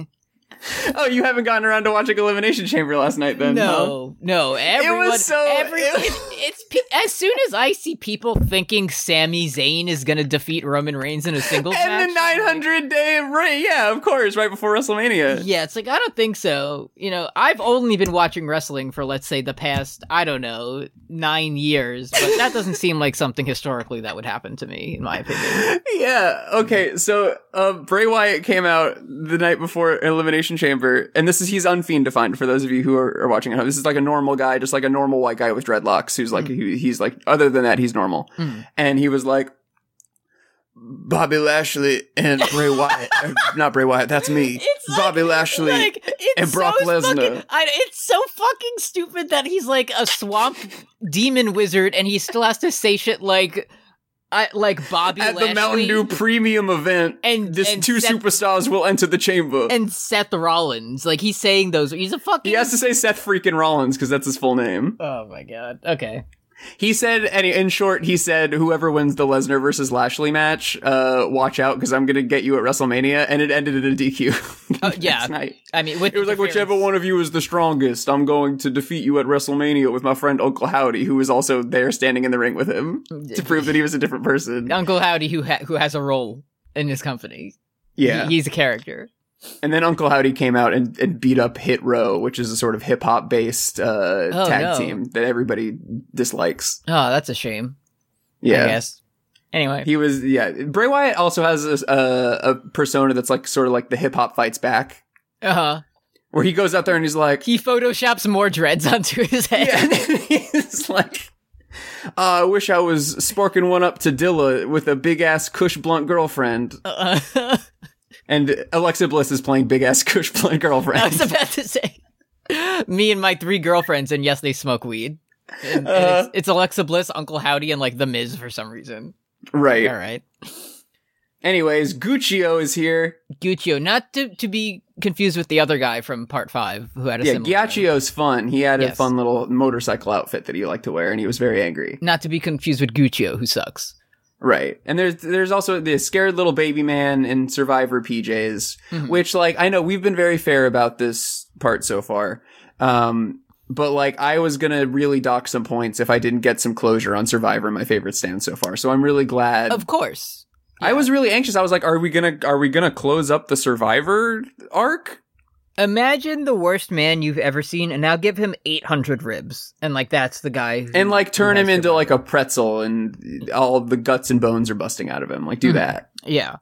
S3: Oh, you haven't gotten around to watching Elimination Chamber last night, then? huh?
S2: No, no, everyone.
S3: so-
S2: every-
S3: it was-
S2: it's- it's pe- as soon as I see people thinking Sami Zayn is gonna defeat Roman Reigns in a singles match,
S3: And the 900 day ring. Yeah, of course, right before WrestleMania.
S2: Yeah, it's like I don't think so. You know, I've only been watching wrestling for let's say the past I don't know nine years, but that doesn't seem like something historically that would happen to me, in my opinion.
S3: yeah. Okay. So uh, Bray Wyatt came out the night before Elimination Chamber, and this is he's unfiend defined for those of you who are, are watching at home. This is like a normal guy, just like a normal white guy with dreadlocks, who's like he, he's like other than that he's normal,
S2: Mm.
S3: and he was like. Bobby Lashley and Bray Wyatt, er, not Bray Wyatt, that's me.
S2: *laughs* It's like-
S3: Bobby Lashley
S2: Like, it's
S3: and Brock
S2: so Fucking,
S3: Lesnar.
S2: I, it's so fucking stupid that he's like a swamp demon wizard, and he still has to say shit like, I like Bobby
S3: at
S2: Lashley
S3: the Mountain Dew Premium event.
S2: and
S3: This
S2: and
S3: two
S2: Seth,
S3: superstars will enter the chamber.
S2: and Seth Rollins. Like he's saying those. He's a fucking.
S3: he has to say Seth freaking Rollins because that's his full name.
S2: Oh my god. Okay.
S3: He said, and in short, he said, whoever wins the Lesnar versus Lashley match, uh, watch out because I'm going to get you at WrestleMania. And it ended in a *laughs* DQ.
S2: Oh, yeah.
S3: That's night.
S2: I mean, with
S3: It was like, whichever one of you is the strongest, I'm going to defeat you at WrestleMania with my friend Uncle Howdy, who was also there standing in the ring with him to prove that he was a different person.
S2: Uncle Howdy who ha- who has a role in this company.
S3: Yeah.
S2: He- he's a character.
S3: And then Uncle Howdy came out and, and beat up Hit Row, which is a sort of hip hop based uh,
S2: Oh,
S3: tag
S2: no.
S3: team that everybody dislikes.
S2: Oh, that's a shame. I
S3: Yeah.
S2: guess. Anyway,
S3: He was, yeah. Bray Wyatt also has this, uh, a persona that's like sort of like the hip hop fights back,
S2: uh huh.
S3: where he goes out there and he's like,
S2: He photoshops more dreads *laughs* onto his head.
S3: yeah, and he's like, "Uh, I wish I was sparking one up to Dilla with a big ass Kush Blunt girlfriend.
S2: Uh, *laughs*
S3: And Alexa Bliss is playing big ass *laughs* Kush Blunt girlfriend.
S2: I was about to say, me and my three girlfriends, and yes, they smoke weed. And, and
S3: Uh-huh.
S2: it's, it's Alexa Bliss, Uncle Howdy, and like The Miz for some reason.
S3: right.
S2: All right,
S3: Anyways, Guccio is here.
S2: Guccio, not to to be confused with the other guy from Part Five who had a
S3: Yeah,
S2: similar name.
S3: Giaccio's fun. He had a
S2: Yes.
S3: fun little motorcycle outfit that he liked to wear, and he was very angry.
S2: Not to be confused with Guccio, who sucks.
S3: Right. And there's there's also the scared little baby man in Survivor PJs,
S2: Mhm.
S3: which like I know we've been very fair about this part so far. Um, but like I was gonna really dock some points if I didn't get some closure on Survivor, my favorite stand so far. So I'm really glad.
S2: Of course.
S3: I was really anxious. I was like, are we gonna are we gonna close up the Survivor arc?
S2: Imagine the worst man you've ever seen, and now give him 800 ribs, and like that's the guy. who-
S3: And like turn
S2: who has
S3: him into
S2: Survivor.
S3: like a pretzel and all the guts and bones are busting out of him. Like do
S2: Mhm.
S3: that.
S2: Yeah.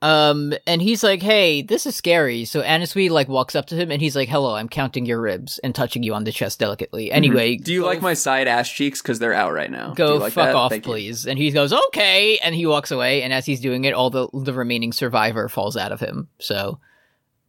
S2: Um, and he's like, "Hey, this is scary." So Anasui like walks up to him, and he's like, "Hello, I'm counting your ribs and touching you on the chest delicately." Anyway,
S3: Mm-hmm. Do you
S2: go-
S3: like my side ass cheeks? Because they're out right now. Do
S2: Go
S3: you like
S2: fuck
S3: that?
S2: off,
S3: Thank you.
S2: please. And he goes, "Okay," and he walks away. And as he's doing it, all the the remaining survivor falls out of him. So,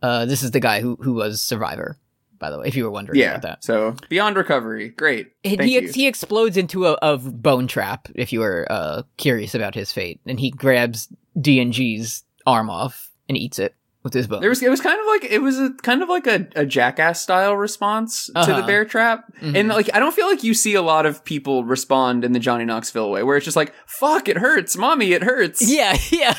S2: uh, this is the guy who who was survivor, by the way, if you were wondering
S3: Yeah.
S2: about that.
S3: So beyond recovery, great.
S2: And
S3: Thank
S2: he
S3: you.
S2: ex- he explodes into a, a bone trap. If you were uh, curious about his fate, and he grabs DNG's arm off and eats it with his bone.
S3: There was it was kind of like it was a kind of like a, a jackass style response to
S2: Uh-huh.
S3: the bear trap.
S2: Mhm.
S3: And like I don't feel like you see a lot of people respond in the Johnny Knoxville way where it's just like, fuck, it hurts, mommy, it hurts.
S2: *laughs* yeah, yeah.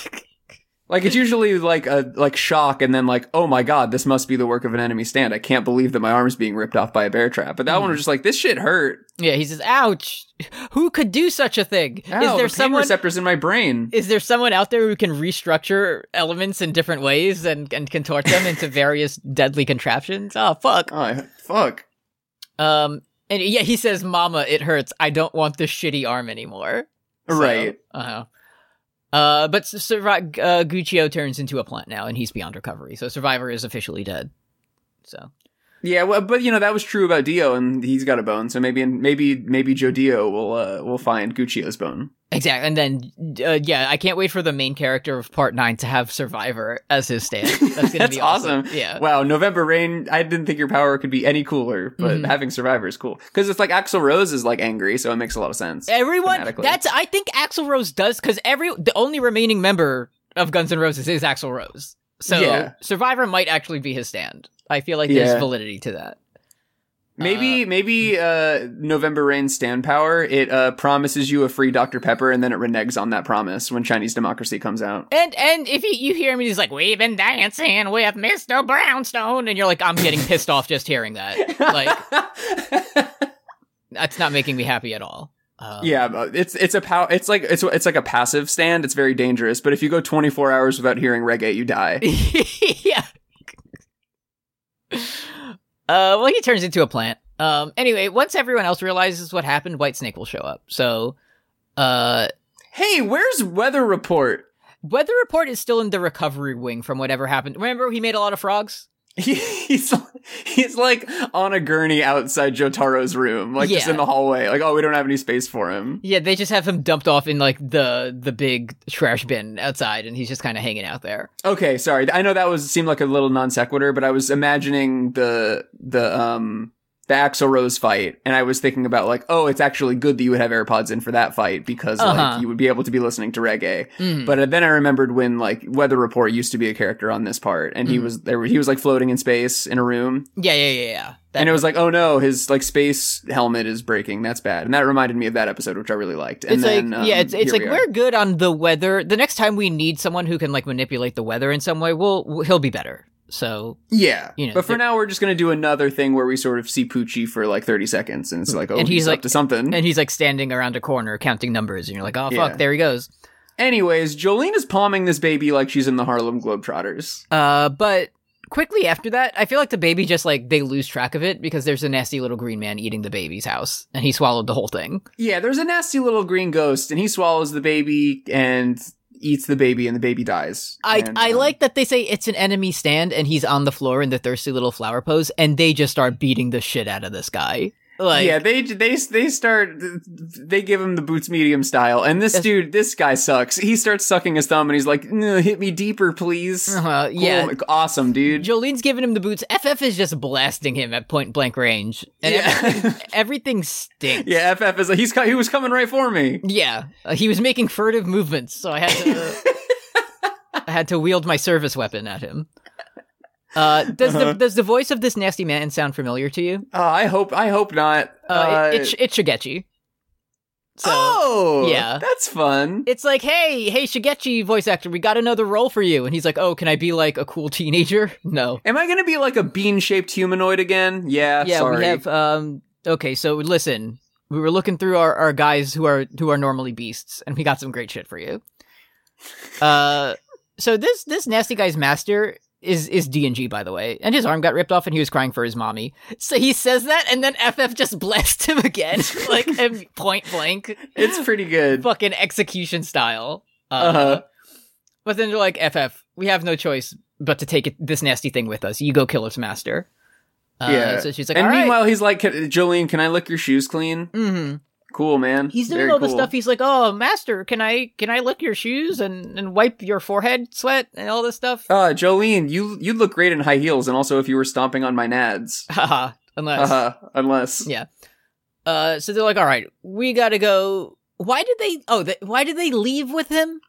S3: Like it's usually like a like shock and then like, oh my god, this must be the work of an enemy stand. I can't believe that my arm's being ripped off by a bear trap. But that
S2: Hmm.
S3: one was just like, this shit hurt.
S2: Yeah, he says, "Ouch! Who could do such a thing?
S3: Ow,
S2: is
S3: the
S2: there
S3: pain
S2: someone?
S3: receptors in my brain.
S2: is there someone out there who can restructure elements in different ways and and contort them
S3: *laughs*
S2: into various deadly contraptions? Oh fuck!
S3: oh I- fuck.
S2: Um, and yeah, he says, "Mama, it hurts. I don't want this shitty arm anymore." So,
S3: right.
S2: Uh-huh. Uh, but Sur- Survi- uh, Guccio turns into a plant now, and he's beyond recovery. So Survivor is officially dead. So
S3: Yeah, well, but you know that was true about Dio, and he's got a bone. So maybe, maybe, maybe Joe Dio will uh, will find Guccio's bone.
S2: Exactly, and then uh, yeah, I can't wait for the main character of Part Nine to have Survivor as his
S3: *laughs*
S2: stand. That's gonna
S3: That's
S2: be awesome.
S3: awesome.
S2: Yeah,
S3: Wow, November Rain. I didn't think your power could be any cooler, but
S2: Mhm.
S3: having Survivor is cool because it's like Axl Rose is like angry, so it makes a lot of sense.
S2: Eh, everyone.
S3: thematically.
S2: That's I think Axl Rose does because every the only remaining member of Guns N' Roses is Axl Rose. So
S3: Yeah.
S2: Survivor might actually be his stand. I feel like there's
S3: Yeah.
S2: validity to that.
S3: Maybe, maybe uh, November Rain stand power. It uh, promises you a free Dr Pepper, and then it reneges on that promise when Chinese Democracy comes out. *laughs*
S2: And and if he, you hear him, he's like, "We've been dancing with Mister Brownstone," and you're like, "I'm getting pissed off just hearing that." Like that's not making me happy at all. Um,
S3: yeah, but it's it's a pow- It's like it's it's like a passive stand. It's very dangerous. But if you go 24 hours without hearing reggae, you die.
S2: *laughs* yeah. Uh, well, he turns into a plant. Um, anyway, once everyone else realizes what happened, White Snake will show up. So, uh,
S3: hey, where's weather report? *laughs*
S2: Weather Report is still in the recovery wing from whatever happened. Remember, he made a lot of frogs.
S3: He- he's he's like on a gurney outside Jotaro's room, like just
S2: Yeah.
S3: in the hallway. Like, oh, we don't have any space for him.
S2: Yeah, they just have him dumped off in like the the big trash bin outside, and he's just kind of hanging out there.
S3: Okay, sorry. I know that was seemed like a little non sequitur, but I was imagining the the um the Axel Rose fight, and I was thinking about like, oh, it's actually good that you would have AirPods in for that fight because
S2: Uh-huh.
S3: like you would be able to be listening to reggae.
S2: Mm.
S3: But uh, then I remembered when like Weather Report used to be a character on this part, and he
S2: Mhm.
S3: was there. He was like floating in space in a room,
S2: yeah, yeah, yeah, yeah. That-
S3: and it was like, oh no, his like space helmet is breaking. That's bad. And that reminded me of that episode, which I really liked. And
S2: it's
S3: then,
S2: like
S3: um,
S2: yeah, it's, it's
S3: here
S2: like
S3: we are.
S2: we're good on the weather. The next time we need someone who can like manipulate the weather in some way, we'll we'll- he'll be better. So
S3: yeah.
S2: you know,
S3: but for
S2: the-
S3: now, we're just gonna do another thing where we sort of see Poochie for like thirty seconds, and it's like, oh,
S2: And
S3: he's,
S2: he's
S3: up
S2: like-
S3: to something.
S2: and he's like standing around a corner counting numbers, and you're like, oh fuck,
S3: Yeah.
S2: there he goes.
S3: Anyways, Jolene is palming this baby like she's in the Harlem Globetrotters.
S2: Uh, but quickly after that, I feel like the baby just like they lose track of it because there's a nasty little green man eating the baby's house, and he swallowed the whole thing.
S3: Yeah, there's a nasty little green ghost, and he swallows the baby and eats the baby, and the baby dies.
S2: I
S3: And,
S2: I
S3: um,
S2: like that they say it's an enemy stand, and he's on the floor in the thirsty little flower pose, and they just start beating the shit out of this guy. Like,
S3: yeah, they they they start they give him the boots medium style, and this
S2: Yes.
S3: dude, this guy sucks. He starts sucking his thumb, and he's like, "Nah, "Hit me deeper, please."
S2: uh,
S3: Cool,
S2: yeah.
S3: like, awesome, dude.
S2: Jolene's giving him the boots. FF is just blasting him at point blank range, and
S3: yeah.
S2: everything, everything stinks.
S3: *laughs* yeah, FF is like he's co- he was coming right for me.
S2: Yeah, uh, he was making furtive movements, so I had
S3: *laughs*
S2: to I had to wield my service weapon at him. Uh, does
S3: Uh-huh.
S2: the does the voice of this nasty man sound familiar to you?
S3: Uh, I hope I hope not.
S2: Uh, it, it's it's Shigechi. So
S3: oh,
S2: yeah.
S3: that's fun.
S2: it's like, hey, hey, Shigechi voice actor, we got another role for you. And he's like, oh, can I be like a cool teenager? *laughs* No.
S3: Am I gonna be like a bean-shaped humanoid again? Yeah,
S2: yeah,
S3: sorry.
S2: we have. Um, okay, so listen, we were looking through our, our guys who are who are normally beasts, and we got some great shit for
S3: *laughs*
S2: you. Uh, so this this nasty guy's master is is DNG by the way, and his arm got ripped off, and he was crying for his mommy. So he says that, and then FF just *laughs* blasts him again, *laughs* like em- point
S3: *laughs*
S2: blank,
S3: it's
S2: *laughs*
S3: pretty good.
S2: fucking execution style. Uh,
S3: Uh-huh.
S2: But then they're like, FF, we have no choice but to take it, this nasty thing with us. You go kill its master. Uh,
S3: Yeah.
S2: So she's like,
S3: and
S2: all right.
S3: meanwhile, he's like, "Can- Jolene, can I lick your shoes clean?
S2: Mhm.
S3: Cool, man.
S2: He's doing
S3: Very
S2: all the
S3: cool.
S2: stuff. He's like, "Oh, master, can I can I lick your shoes and and wipe your forehead sweat and all this stuff?" *laughs*
S3: Uh, Jolene, you you look great in high heels, and also if you were stomping on my nads.
S2: Haha. Unless. uh
S3: Uh-huh, unless
S2: Yeah. so they're like, "All right, we gotta go." Why did they? Oh, they, why did they leave with him?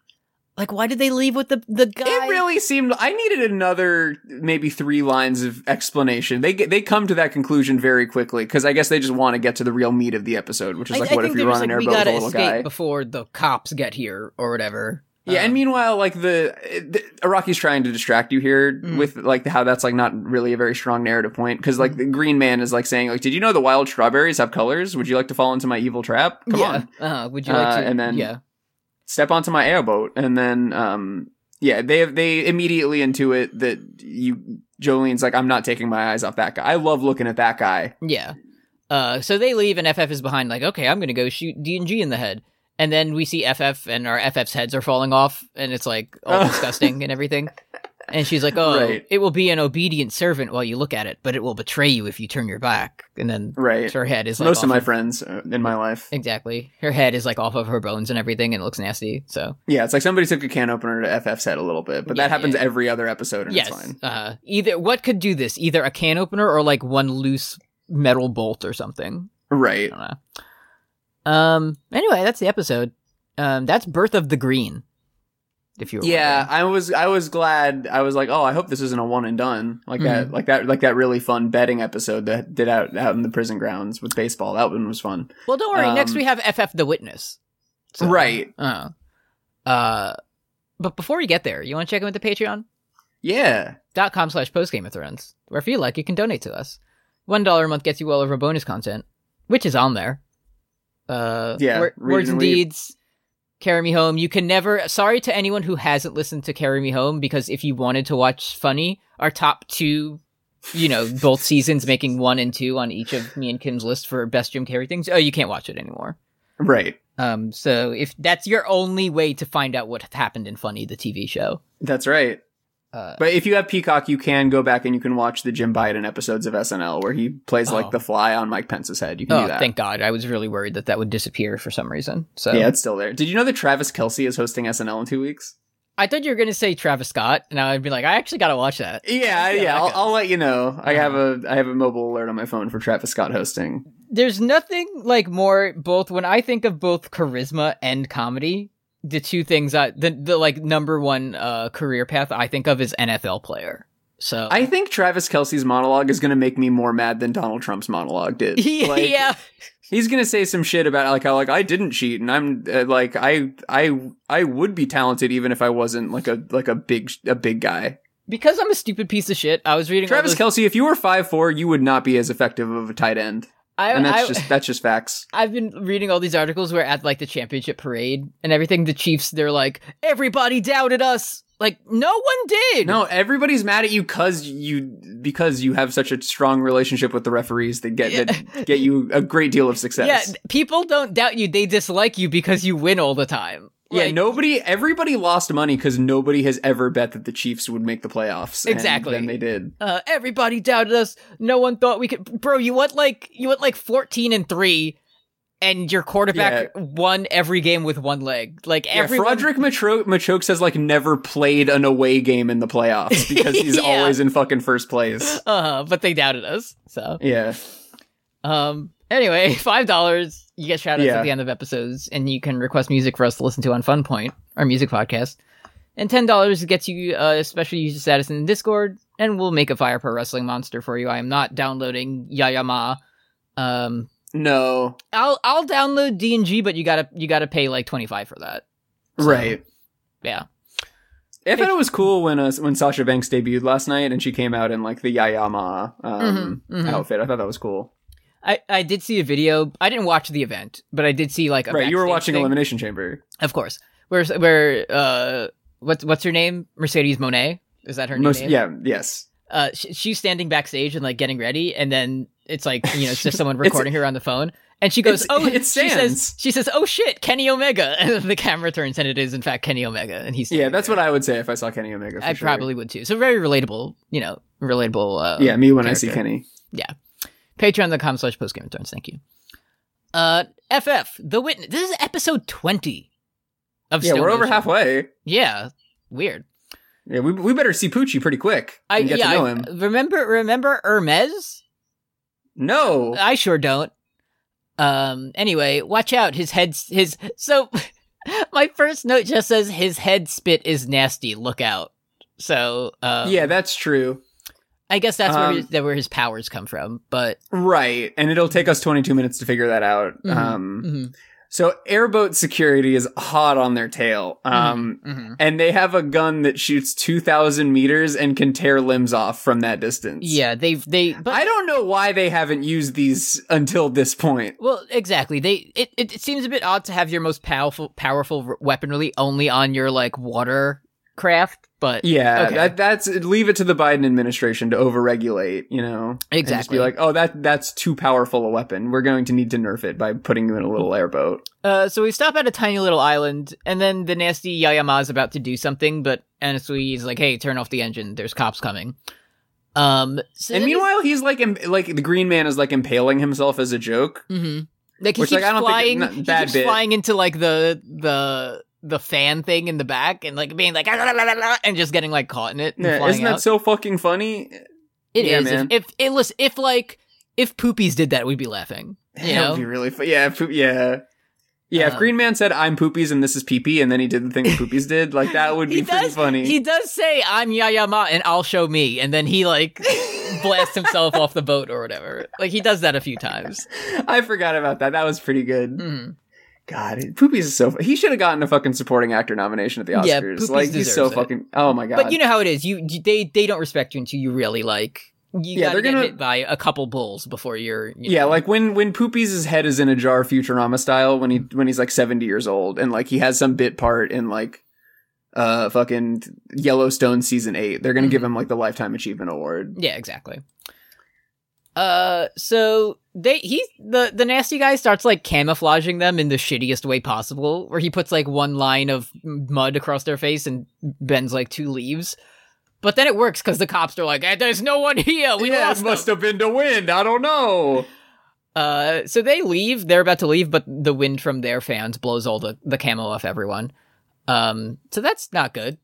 S2: Like, why did they leave with the the guy?
S3: it really seemed I needed another maybe three lines of explanation. They get, they come to that conclusion very quickly because I guess they just want to get to the real meat of the episode, which is
S2: I,
S3: like,
S2: I
S3: what
S2: think
S3: if
S2: they're
S3: you're
S2: just
S3: on an
S2: like, we
S3: airboat with a
S2: gotta
S3: little
S2: escape
S3: guy?
S2: before the cops get here or whatever.
S3: Yeah,
S2: Um,
S3: and meanwhile, like the the Iraqi's trying to distract you here
S2: Mm.
S3: with like how that's like not really a very strong narrative point because like the Green Man is like saying like, did you know the wild strawberries have colors? Would you like to fall into my evil trap? Come
S2: yeah.
S3: on,
S2: Uh, would you like
S3: Uh,
S2: to?
S3: and then-
S2: yeah,
S3: step onto my airboat, and then um yeah, they they immediately intuit that you Jolene's like, I'm not taking my eyes off that guy. I love looking at that guy.
S2: yeah. Uh, so they leave, and FF is behind. Like, okay, I'm gonna go shoot D and G in the head. And then we see FF, and our FF's heads are falling off, and it's like all
S3: Oh.
S2: disgusting and everything. And she's like, "Oh,
S3: Right.
S2: it will be an obedient servant while you look at it, but it will betray you if you turn your back." And then
S3: Right.
S2: her head is like
S3: Most of
S2: off
S3: my friends uh, in my life.
S2: exactly her head is like off of her bones and everything, and it looks nasty. So
S3: Yeah, it's like somebody took a can opener to FF's head a little bit, but
S2: Yeah,
S3: that happens
S2: yeah.
S3: every other episode and it's fine.
S2: Uh, either what could do this? Either a can opener or like one loose metal bolt or something.
S3: Right.
S2: I don't know. Um. Anyway, that's the episode. Um. That's Birth of the Green. If you were
S3: Yeah, I was I was glad. I was like, oh, I hope this isn't a one and done like that,
S2: Mm-hmm.
S3: like that, like that really fun betting episode that did out out in the prison grounds with baseball. That one was fun.
S2: wondering. Well, don't worry. next
S3: Um,
S2: we have FF the Witness. So,
S3: Right.
S2: Uh. Uh. But before we get there, you want to check in with the Patreon.
S3: Yeah.
S2: dot com slash post game of thrones where if you like you can donate to us one dollar a month gets you well over bonus content which is on there uh
S3: Yeah,
S2: wor-
S3: read
S2: words and
S3: and weep.
S2: deeds carry me home you can never sorry to anyone who hasn't listened to carry me home because if you wanted to watch funny our top two you know both seasons making one and two on each of me and kim's list for best jim carrey things oh you can't watch it anymore
S3: Right.
S2: um so if that's your only way to find out what happened in funny the tv show
S3: That's right.
S2: uh,
S3: But if you have Peacock, you can go back and you can watch the Jim Biden episodes of SNL where he plays
S2: Oh.
S3: like the fly on Mike Pence's head. You can
S2: Oh,
S3: do that.
S2: thank God! I was really worried that that would disappear for some reason. So
S3: yeah, it's still there. Did you know that Travis Kelsey is hosting SNL in two weeks?
S2: I thought you were gonna say Travis Scott, and I'd be like, I actually gotta watch that.
S3: Yeah,
S2: Yeah,
S3: yeah.
S2: that
S3: I'll,
S2: goes.
S3: I'll let you know. I
S2: Uh-huh.
S3: have a I have a mobile alert on my phone for Travis Scott hosting.
S2: There's nothing like more both when I think of both charisma and comedy. The two things I the, the like number one uh, career path I think of is NFL player. So
S3: I think Travis Kelsey's monologue is going to make me more mad than Donald Trump's monologue did.
S2: *laughs*
S3: Like,
S2: *laughs* yeah,
S3: he's going to say some shit about like how like I didn't cheat and I'm uh, like I I I would be talented even if I wasn't like a like a big a big guy.
S2: because I'm a stupid piece of shit. I was reading all
S3: Travis
S2: those-
S3: Kelsey, if you were five four, you would not be as effective of a tight end,
S2: I,
S3: and that's
S2: I- *laughs*
S3: just that's just facts.
S2: I've been reading all these articles where at like the championship parade and everything, the Chiefs they're like everybody doubted us. Like no one did.
S3: No, everybody's mad at you because you because you have such a strong relationship with the referees that get that get you a great deal of
S2: *laughs*
S3: success.
S2: Yeah, th- people don't doubt you; they dislike you because you win all the time.
S3: yeah,
S2: Like,
S3: nobody, everybody lost money because nobody has ever bet that the Chiefs would make the playoffs. and
S2: Exactly.
S3: then they did.
S2: Uh, everybody doubted us. No one thought we could. Bro, you went like you went like fourteen and three, and your quarterback won every game with one leg. Like
S3: Yeah,
S2: everyone,
S3: Frederick Matro- Machoke has like never played an away game in the
S2: *laughs*
S3: playoffs because he's
S2: Yeah.
S3: always in fucking first
S2: *gasps*
S3: place.
S2: uh, but they doubted us. So,
S3: Yeah,
S2: um, anyway, *laughs* five dollars. You get shout outs
S3: Yeah.
S2: at the end of episodes, and you can request music for us to listen to on Fun Point, our music podcast. And ten dollars gets you uh, special user status in Discord, and we'll make a fire pro wrestling monster for you. I am not downloading Yayama. Um,
S3: No.
S2: I'll I'll download D and G, but you gotta you gotta pay like twenty five for that. So,
S3: Right.
S2: Yeah.
S3: I thought it was cool when uh, when Sasha Banks debuted last night and she came out in like the Yayama um,
S2: Mhm, mhm.
S3: outfit. I thought that was cool.
S2: I, I did see a video. I didn't watch the event, but I did see like a
S3: right, you were
S2: backstage
S3: watching
S2: thing.
S3: Elimination Chamber.
S2: of course. Where where uh what's what's her name? Mercedes Monet is that her new
S3: Most-
S2: name?
S3: yeah, yes.
S2: Uh, sh- she's standing backstage and like getting ready, and then it's like you know it's just
S3: *laughs*
S2: someone recording her on the phone, and she goes,
S3: it's- *laughs*
S2: "Oh,
S3: it's
S2: she says
S3: Sans.
S2: she says, oh shit, Kenny Omega," *laughs* and the camera turns and it is in fact Kenny Omega, and he's
S3: Yeah,
S2: standing
S3: that's
S2: there.
S3: what I would say if I saw Kenny Omega. For
S2: I
S3: sure.
S2: probably would too. So very relatable, you know, relatable. Uh,
S3: Yeah, me when I see
S2: character.
S3: Kenny.
S2: Patreon.com slash postgame returns. Thank you. Uh, FF, The Witness. This is episode 20 of
S3: Yeah,
S2: Stone
S3: we're over
S2: Ocean.
S3: halfway.
S2: Yeah, weird.
S3: Yeah, we, we better see Poochie pretty quick.
S2: I
S3: and get
S2: yeah,
S3: to know
S2: I-
S3: him.
S2: remember remember Hermes?
S3: No,
S2: I sure don't. Um. Anyway, watch out. His head's his. So, *laughs* my first note just says his head spit is nasty. Look out. So, uh,
S3: yeah, that's true.
S2: I guess that's where
S3: Um,
S2: his, that where his powers come from. But
S3: Right, and it'll take us 22 minutes to figure that out.
S2: Mhm,
S3: Um,
S2: mhm,
S3: so airboat security is hot on their tail. Um,
S2: mhm.
S3: and they have a gun that shoots 2,000 meters and can tear limbs off from that distance.
S2: yeah, they've they. But
S3: I don't know why they haven't used these until this point.
S2: Well, exactly. They it, it, it seems a bit odd to have your most powerful powerful r- weaponry only on your like water craft, but
S3: Yeah,
S2: Okay.
S3: that that's leave it to the Biden administration to overregulate, you know. And just
S2: exactly.
S3: be like, "Oh, that that's too powerful a weapon. We're going to need to nerf it by putting you in a little airboat."
S2: uh, so we stop at a tiny little island, and then the nasty Yayama is about to do something, but Anasui is like, "Hey, turn off the engine. There's cops coming." Um. So
S3: And meanwhile, he's like im- like the green man is like impaling himself as a joke.
S2: hmm like he
S3: Which,
S2: keeps
S3: like, I don't think-
S2: flying,
S3: not-
S2: he
S3: bad
S2: keeps
S3: bit.
S2: flying into like the the the fan thing in the back, and like being like, "Ah, la, la, la, la," and just getting like caught in it. And
S3: Yeah,
S2: flying
S3: isn't that
S2: out.
S3: so fucking funny?
S2: It is.
S3: Yeah, man.
S2: If, if it was, if like if poopies did that, we'd be laughing. You
S3: That would
S2: know?
S3: be really fun. Yeah, poop, yeah. Yeah, if
S2: Um,
S3: Green Man said I'm poopies and this is pee pee, and then he did the thing that poopies did, like that would
S2: He
S3: be pretty
S2: does-
S3: funny.
S2: He does say, "I'm Yayama, and I'll show me," and then he like blasts himself off the boat or whatever. Like he does that a few times.
S3: *laughs* I forgot about that. That was pretty good.
S2: Mhm.
S3: God, it- Poopies is so. fu- He should have gotten a fucking supporting actor nomination at the Oscars.
S2: Yeah, Poopies
S3: like he's so
S2: deserves it.
S3: fucking. Oh my god.
S2: But you know how it is. You, you they they don't respect you until you really like. You
S3: Yeah,
S2: gotta
S3: they're
S2: get
S3: gonna-
S2: hit by a couple bulls before you're. You
S3: yeah,
S2: know.
S3: like when when Poopies' head is in a jar, Futurama style, when he when he's like seventy years old, and like he has some bit part in like, uh, fucking Yellowstone season eight. They're
S2: Mm-hmm.
S3: gonna give him like the lifetime achievement award.
S2: Yeah, exactly. Uh, so they he the the nasty guy starts like camouflaging them in the shittiest way possible, where he puts like one line of m- mud across their face and bends like two leaves. But then it works because the cops are like, "Eh, "There's no one here. We
S3: Oh, yeah,
S2: lost
S3: it must
S2: them."
S3: have been the wind. I don't know.
S2: Uh, so they leave. They're about to leave, but the wind from their fans blows all the the camo off everyone. Um, so that's not good.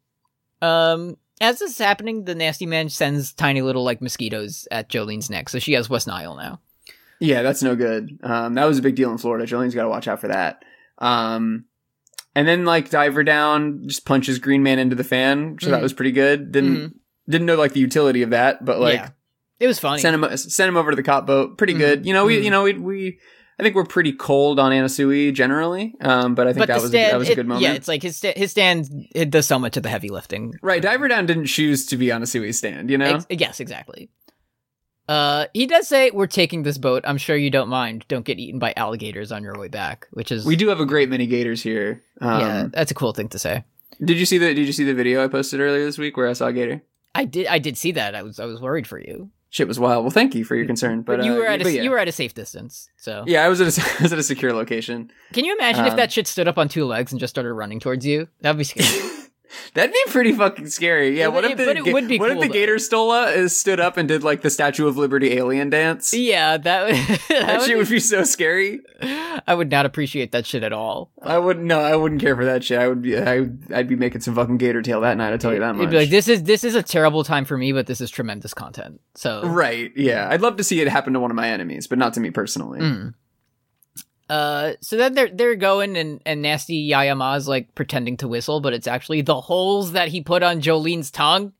S2: Um, as this is happening, the nasty man sends tiny little like mosquitoes at Jolene's neck, so she has West Nile now.
S3: Yeah, that's no good. Um, that was a big deal in Florida. Jolene's got to watch out for that. Um, and then like diver down just punches Green Man into the fan, so
S2: Mhm.
S3: that was pretty good. Didn't didn't know like the utility of that, but like
S2: Mm-hmm. Yeah. It was funny.
S3: sent him sent him over to the cop boat. Pretty
S2: Mhm.
S3: good. You know we
S2: Mhm.
S3: you know we, we I think we're pretty cold on Anasui generally, um, but I think
S2: but
S3: that
S2: the
S3: was a,
S2: stand,
S3: that was a
S2: it-
S3: good moment.
S2: Yeah, it's like his sta- his stand it does so much of the heavy lifting.
S3: right, diver down didn't choose to be on a Sui's stand. You know,
S2: Ex- yes, exactly. Uh, he does say we're taking this boat. I'm sure you don't mind. Don't get eaten by alligators on your way back, which is
S3: we do have a great many gators here. Um,
S2: yeah, that's a cool thing to say.
S3: Did you see the Did you see the video I posted earlier this week where I saw a gator?
S2: I did I did see that. I was I was worried for you.
S3: shit was wild. Well, thank you for your concern, but,
S2: But, you
S3: uh,
S2: were at a,
S3: but
S2: s-
S3: yeah.
S2: you were at a safe distance. So
S3: yeah, I was at a, *laughs* I was at a
S2: *laughs*
S3: secure location.
S2: can you imagine if
S3: Um,
S2: that shit stood up on two legs and just started running towards you? That'd be
S3: *laughs*
S2: scary.
S3: That'd be pretty fucking scary. Yeah,
S2: It-
S3: what
S2: it-
S3: if the
S2: but it
S3: ga-
S2: would be
S3: what
S2: cool,
S3: if the
S2: though.
S3: gator stola is stood up and did like the Statue of Liberty alien dance?
S2: yeah, that, would- *laughs* that
S3: That
S2: would
S3: shit would be so scary.
S2: be- I would not appreciate that shit at all.
S3: I wouldn't. No, I wouldn't care for that shit. I would be. I, I'd be making some fucking gator tail that night. I tell you that
S2: You'd
S3: much.
S2: be like, this is this is a terrible time for me, but this is tremendous content. So
S3: right? Yeah, I'd love to see it happen to one of my enemies, but not to me personally.
S2: Mm. Uh, so then they're they're going and and nasty Yayama's like pretending to whistle, but it's actually the holes that he put on Jolene's tongue.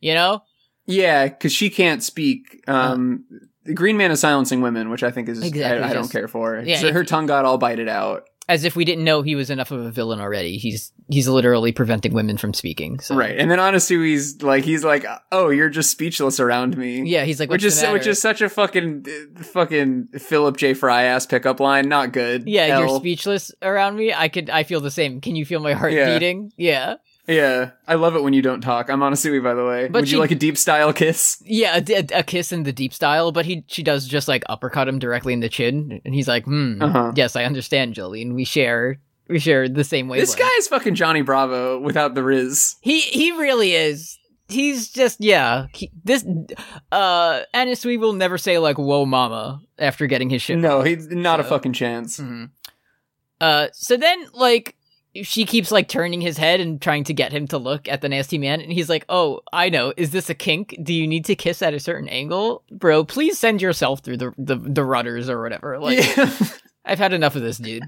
S2: You know,
S3: Yeah, because she can't speak. Um, The Green Man is silencing women, which I think is
S2: Exactly,
S3: I, I don't
S2: just-
S3: care for.
S2: Yeah,
S3: so
S2: if-
S3: her tongue got all bited out.
S2: As if we didn't know he was enough of a villain already. He's he's literally preventing women from speaking. So.
S3: Right, and then Onasui's like he's like, "Oh, you're just speechless around me."
S2: Yeah, he's like,
S3: which
S2: "What's
S3: is
S2: the matter?"
S3: which is such a fucking uh, fucking Philip J. Fry ass pickup line. Not good.
S2: yeah,
S3: L.
S2: you're speechless around me. I could I feel the same. Can you feel my heart
S3: Yeah.
S2: beating? Yeah,
S3: Yeah, I love it when you don't talk. I'm Onasui, by the way.
S2: But
S3: Would
S2: she-
S3: you like a deep style kiss?
S2: yeah. A, a- a kiss in the deep style, but he she does just like uppercut him directly in the chin, and he's like, hmm.
S3: Uh-huh.
S2: Yes, I understand, Jolene. We share we share the same way.
S3: This guy is fucking Johnny Bravo without the Riz.
S2: He he really is. He's just yeah. He, this uh Anisui will never say like "Whoa, mama" after getting his shit.
S3: No, he's not a
S2: So-
S3: fucking chance.
S2: Mhm. Uh, so then like she keeps like turning his head and trying to get him to look at the nasty man, and he's like, "Oh, I know. Is this a kink? Do you need to kiss at a certain angle, bro? Please send yourself through the the, the rudders or whatever." Like,
S3: *laughs* Yeah.
S2: I've had enough of this dude.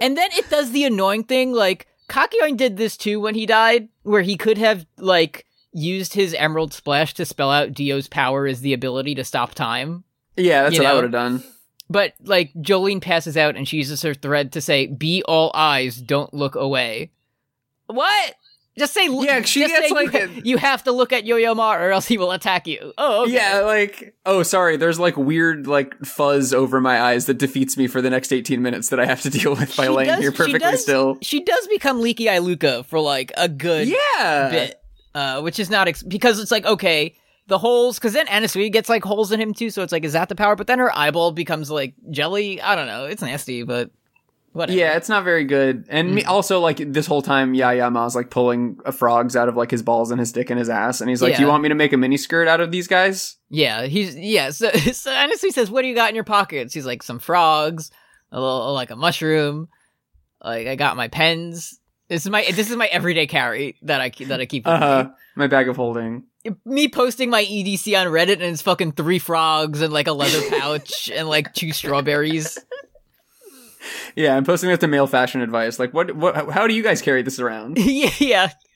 S2: and then it does the annoying thing, like Kakyoin did this too when he died, where he could have like used his Emerald Splash to spell out Dio's power is the ability to stop time.
S3: yeah, that's
S2: You
S3: what I
S2: know?
S3: would have done.
S2: But like Jolene passes out and she uses her thread to say, "Be all eyes, don't look away." What? Just say,
S3: Yeah, she
S2: just
S3: gets
S2: say
S3: like
S2: you,
S3: a-
S2: you have to look at Yo-Yo Ma or else he will attack you. Oh, okay.
S3: Yeah, like oh, sorry. There's like weird like fuzz over my eyes that defeats me for the next 18 minutes that I have to *laughs* deal with by
S2: She
S3: laying
S2: does-
S3: here
S2: she
S3: perfectly
S2: does-
S3: still.
S2: She does become Leaky Eye Luca for like a good
S3: Yeah,
S2: bit, uh, which is not ex- because it's like okay, the holes because then Anasui gets like holes in him too, so it's like is that the power? But then her eyeball becomes like jelly. I don't know. It's nasty, but whatever. Mm.
S3: yeah, it's not very good. And me, also like this whole time, Yaya Ma's like pulling uh, frogs out of like his balls and his dick and his ass, and he's like, "You
S2: Yeah.
S3: want me to make a mini skirt out of these guys?"
S2: yeah. He's yeah. So, *laughs* so Anasui says, "What do you got in your pockets?" He's like some frogs, a little like a mushroom. Like I got my pens. This is my this is my everyday carry that I that I keep. with
S3: Uh
S2: me.
S3: huh. My bag of holding.
S2: me posting my EDC on Reddit and it's fucking three frogs and like a
S3: *laughs*
S2: leather pouch and like two strawberries. *laughs*
S3: Yeah, I'm posting that to male fashion advice. Like, what? What? How do you guys carry this
S2: *laughs*
S3: around?
S2: yeah,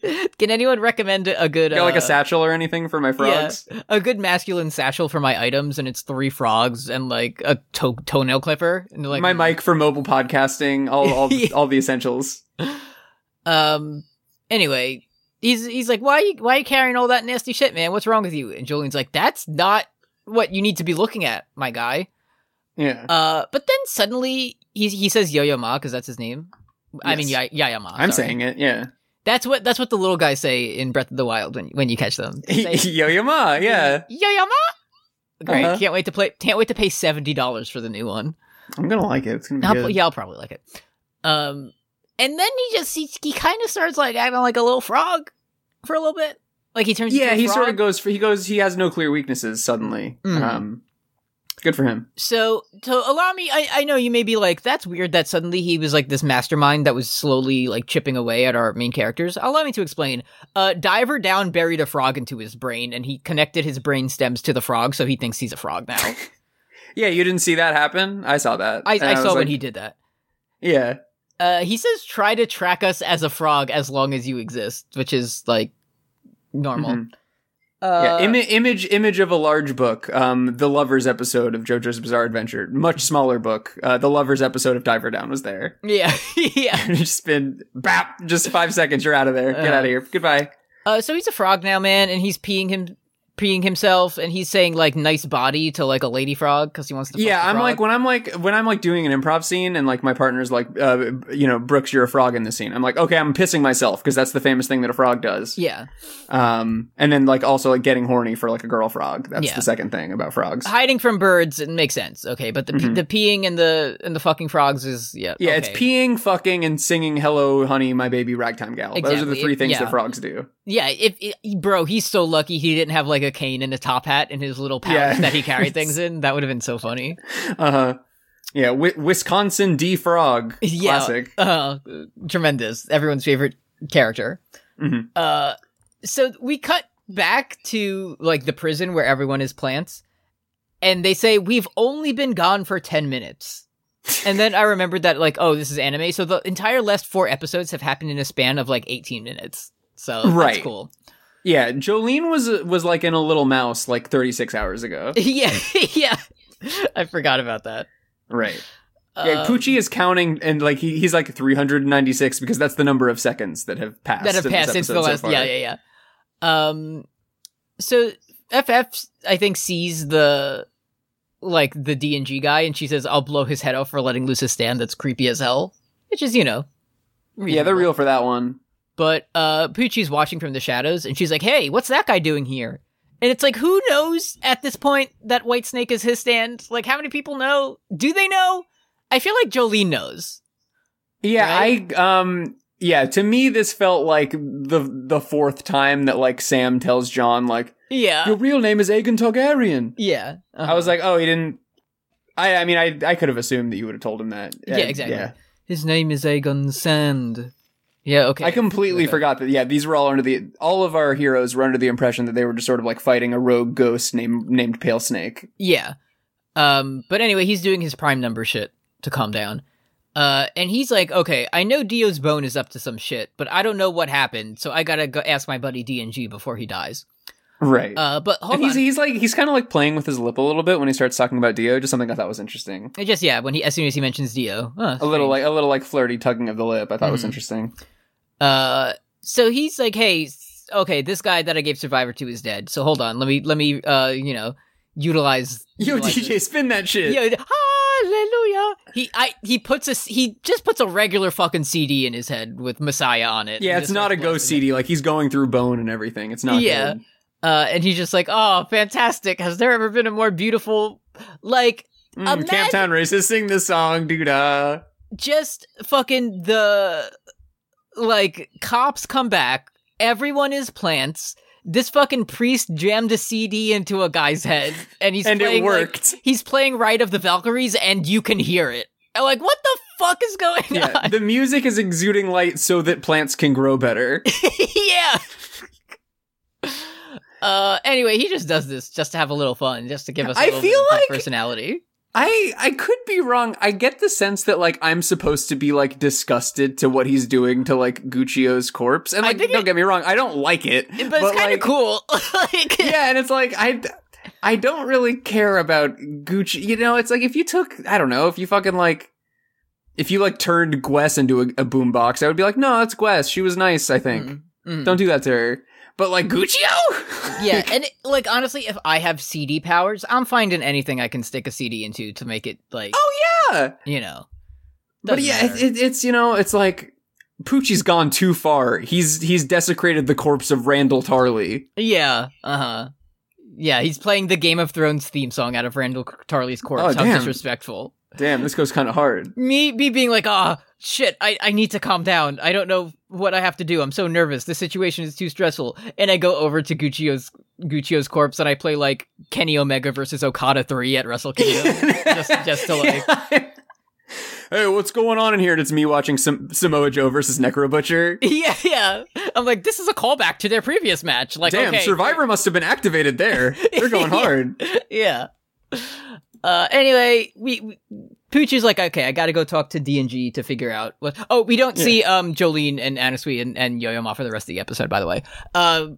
S2: yeah. Can anyone recommend a good
S3: Got like
S2: uh,
S3: a satchel or anything for my frogs?
S2: a good masculine satchel for my items and it's three frogs and like a to- toenail clipper and like
S3: my mic for mobile podcasting. All
S2: *laughs*
S3: all
S2: Yeah.
S3: all the essentials.
S2: um anyway he's he's like why you why you carrying all that nasty shit man what's wrong with you and Jolene's like that's not what you need to be looking at my guy
S3: Yeah.
S2: uh but then suddenly he he says Yo Yo Ma because that's his name I mean
S3: Yes.
S2: Yaya Yaya Ma
S3: I'm
S2: sorry.
S3: saying it. Yeah.
S2: that's what that's what the little guys say in Breath of the Wild when when you catch them They say,
S3: *laughs* Yo yo ma. Yeah.
S2: Yo Yo Ma. Great.
S3: Uh-huh.
S2: Can't wait to play. Can't wait to pay seventy dollars for the new one.
S3: I'm gonna like it. It's gonna be
S2: I'll-
S3: good.
S2: yeah, I'll probably like it. Um, and then he just he, he kind of starts like acting like a little frog for a little bit. Like he turns.
S3: Yeah,
S2: into a
S3: he
S2: frog.
S3: sort of goes for he goes he has no clear weaknesses suddenly.
S2: Mhm.
S3: Um good for him.
S2: So, so allow me. I, I know you may be like, that's weird that suddenly he was like this mastermind that was slowly like chipping away at our main characters. Allow me to explain. Uh, Diver Down buried a frog into his brain, and he connected his brain stems to the frog, so he thinks he's a frog now.
S3: Yeah, you didn't see that happen? *laughs* I saw that.
S2: I,
S3: And
S2: I
S3: was
S2: saw
S3: like,
S2: when he did that.
S3: Yeah.
S2: Uh, he says, try to track us as a frog as long as you exist, which is like normal.
S3: Mhm.
S2: Uh,
S3: yeah. Ima- image image of a large book. Um the lovers episode of JoJo's Bizarre Adventure. Much smaller book. Uh the lovers episode of Diver Down was there.
S2: *laughs*
S3: *laughs*
S2: yeah, yeah.
S3: just been bap just 5 seconds you're out of there. Get
S2: Uh.
S3: out of here. Goodbye.
S2: Uh, so he's a frog now, man, and he's peeing him, peeing himself, and he's saying like "nice body" to like a lady frog because he wants to. fuck
S3: Yeah,
S2: the
S3: I'm
S2: frog.
S3: like when I'm like when I'm like doing an improv scene and like my partner's like uh, you know Brooks you're a frog in this scene. I'm like okay, I'm pissing myself because that's the famous thing that a frog does.
S2: yeah,
S3: Um and then like also like getting horny for like a girl frog. That's
S2: Yeah.
S3: the second thing about frogs.
S2: hiding from birds. It makes sense, okay, but the pe-
S3: Mhm.
S2: the peeing and the and the fucking frogs is yeah.
S3: Yeah,
S2: okay.
S3: it's peeing, fucking and singing hello honey my baby ragtime gal. Those are the
S2: Exactly.
S3: three things
S2: Yeah.
S3: that frogs do.
S2: Yeah, if, if- bro, he's so lucky he didn't have like a cane and a top hat in his little pouch
S3: Yeah.
S2: that he
S3: *laughs*
S2: carried things in. That would have been so funny.
S3: Uh-huh. Yeah, Wi Wisconsin D frog.
S2: *laughs* Yeah.
S3: Classic.
S2: Uh, tremendous. Everyone's favorite character.
S3: Mhm.
S2: Uh, so we cut back to like the prison where everyone is plants, and they say we've only been gone for ten minutes. and then I remembered that like, oh, this is anime. So the entire last four episodes have happened in a span of like eighteen minutes. So that's
S3: Right.
S2: cool. *laughs*
S3: Yeah, Jolene was was like in a little mouse like 36 hours ago.
S2: yeah, *laughs* yeah. I forgot about that.
S3: Right. Yeah,
S2: Um,
S3: Poochie is counting and like he, he's like 396 because that's the number of seconds that have passed.
S2: that have
S3: in this
S2: passed since the
S3: episode so
S2: last.
S3: far.
S2: yeah, yeah, yeah. Um, so FF, I think, sees the like the D and G guy, and she says, "I'll blow his head off for letting loose a stand that's creepy as hell," which is you know,
S3: Yeah, they're
S2: reasonable.
S3: real for that one.
S2: But uh, Poochie's watching from the shadows, and she's like, "Hey, what's that guy doing here?" And it's like, who knows at this point that White Snake is his stand? Like, how many people know? Do they know? I feel like Jolene knows.
S3: Yeah,
S2: Right?
S3: I um yeah, to me this felt like the the fourth time that like Sam tells John like
S2: Yeah,
S3: your real name is Aegon Targaryen.
S2: yeah.
S3: I
S2: Uh, Uh-huh.
S3: was like, "Oh, he didn't I I mean, I I could have assumed that you would have told him that."
S2: Yeah,
S3: I-
S2: exactly. His name is Aegon Sand. Yeah, okay.
S3: I completely
S2: Okay.
S3: forgot that. Yeah, these were all under the all of our heroes were under the impression that they were just sort of like fighting a rogue ghost named named Pale Snake.
S2: Yeah. Um, but anyway, he's doing his prime number shit to calm down. Uh, and he's like, okay, I know Dio's bone is up to some shit, but I don't know what happened, so I gotta go ask my buddy DNG before he dies.
S3: Right.
S2: Uh, but hold
S3: and he's
S2: on.
S3: he's like he's kind of like playing with his lip a little bit when he starts talking about Dio. Just something I thought was interesting.
S2: It just, yeah, when he, as soon as he mentions Dio. Huh,
S3: e- A little like a little like flirty tugging of the lip. I thought was
S2: Mhm.
S3: interesting.
S2: Uh, so he's like, hey, s- okay, this guy that I gave Survivor to is dead, so hold on, let me, let me, uh, you know, utilize.
S3: Yo,
S2: utilize
S3: DJ,
S2: this.
S3: spin that shit.
S2: Yo, hallelujah. He I he puts a he just puts a regular fucking CD in his head with Messiah on it.
S3: yeah,
S2: And
S3: it's
S2: just
S3: not a
S2: starts
S3: ghost
S2: blasting it.
S3: CD. Like he's going through bone and everything. It's not.
S2: Yeah.
S3: good.
S2: Uh, and he's just like, oh, fantastic! Has there ever been a more beautiful, like,
S3: Mm,
S2: Imagine-
S3: Camp Town Racist, sing this song, dude. Uh,
S2: just fucking the, like, cops come back. Everyone is plants. This fucking priest jammed a CD into a guy's head, and he's
S3: and
S2: playing,
S3: it
S2: like- *laughs*
S3: worked.
S2: he's playing "Rite of the Valkyries," and you can hear it. I'm like, what the fuck is going on?
S3: yeah, the music is exuding light so that plants can grow better.
S2: *laughs* yeah. Uh, anyway, he just does this just to have a little fun, just to give us. a
S3: I
S2: little
S3: feel
S2: bit of his
S3: like- *laughs*
S2: personality.
S3: I I could be wrong. I get the sense that like I'm supposed to be like disgusted to what he's doing to like Guccio's corpse, and
S2: I
S3: like
S2: think
S3: don't
S2: it-
S3: get me wrong, I don't like it,
S2: but, it's kind of
S3: like,
S2: cool. *laughs* like, mm,
S3: yeah, and it's like I. I don't really care about Gucci. You know, it's like if you took, I don't know, if you fucking like, if you like turned Gwes into a, a boombox, I would be like, no, that's Gwes. She was nice, I think.
S2: Mm, mm.
S3: Don't do that to her. But like Guccio?
S2: Mm-hmm.
S3: *laughs*
S2: yeah, and it, like honestly, if I have CD powers, I'm finding anything I can stick a CD into to make it like
S3: oh, yeah.
S2: you know.
S3: but
S2: Doesn't
S3: yeah, it,
S2: matter.
S3: it, it's you know, it's like Poochie's gone too far. He's he's desecrated the corpse of Randall Tarley.
S2: yeah, uh huh. Yeah, he's playing the Game of Thrones theme song out of Randall Tarley's corpse.
S3: Oh,
S2: How
S3: damn.
S2: disrespectful!
S3: Damn, this goes kind
S2: *laughs*
S3: of hard.
S2: me me being like, ah, shit, I, I need to calm down. I don't know what I have to do. I'm so nervous. This situation is too stressful. And I go over to Guccio's Guccio's corpse and I play like Kenny Omega versus Okada three at Wrestle
S3: *laughs*
S2: Kingdom.
S3: just,
S2: just to, like-
S3: *laughs* Hey, what's going on in here? And it's me watching Sam- Samoa Joe versus Necro Butcher.
S2: yeah, yeah. I'm like, this is a callback to their previous match. Like,
S3: Damn,
S2: okay,
S3: Survivor must have been activated there.
S2: *laughs*
S3: They're going
S2: Yeah.
S3: hard.
S2: yeah. Uh, anyway, we, we Pooch is like, okay, I gotta go talk to D and G to figure out what. Oh, we don't
S3: Yeah.
S2: see um Jolene and Anasui and, and Yo Yo Ma for the rest of the episode, by the way. Uh,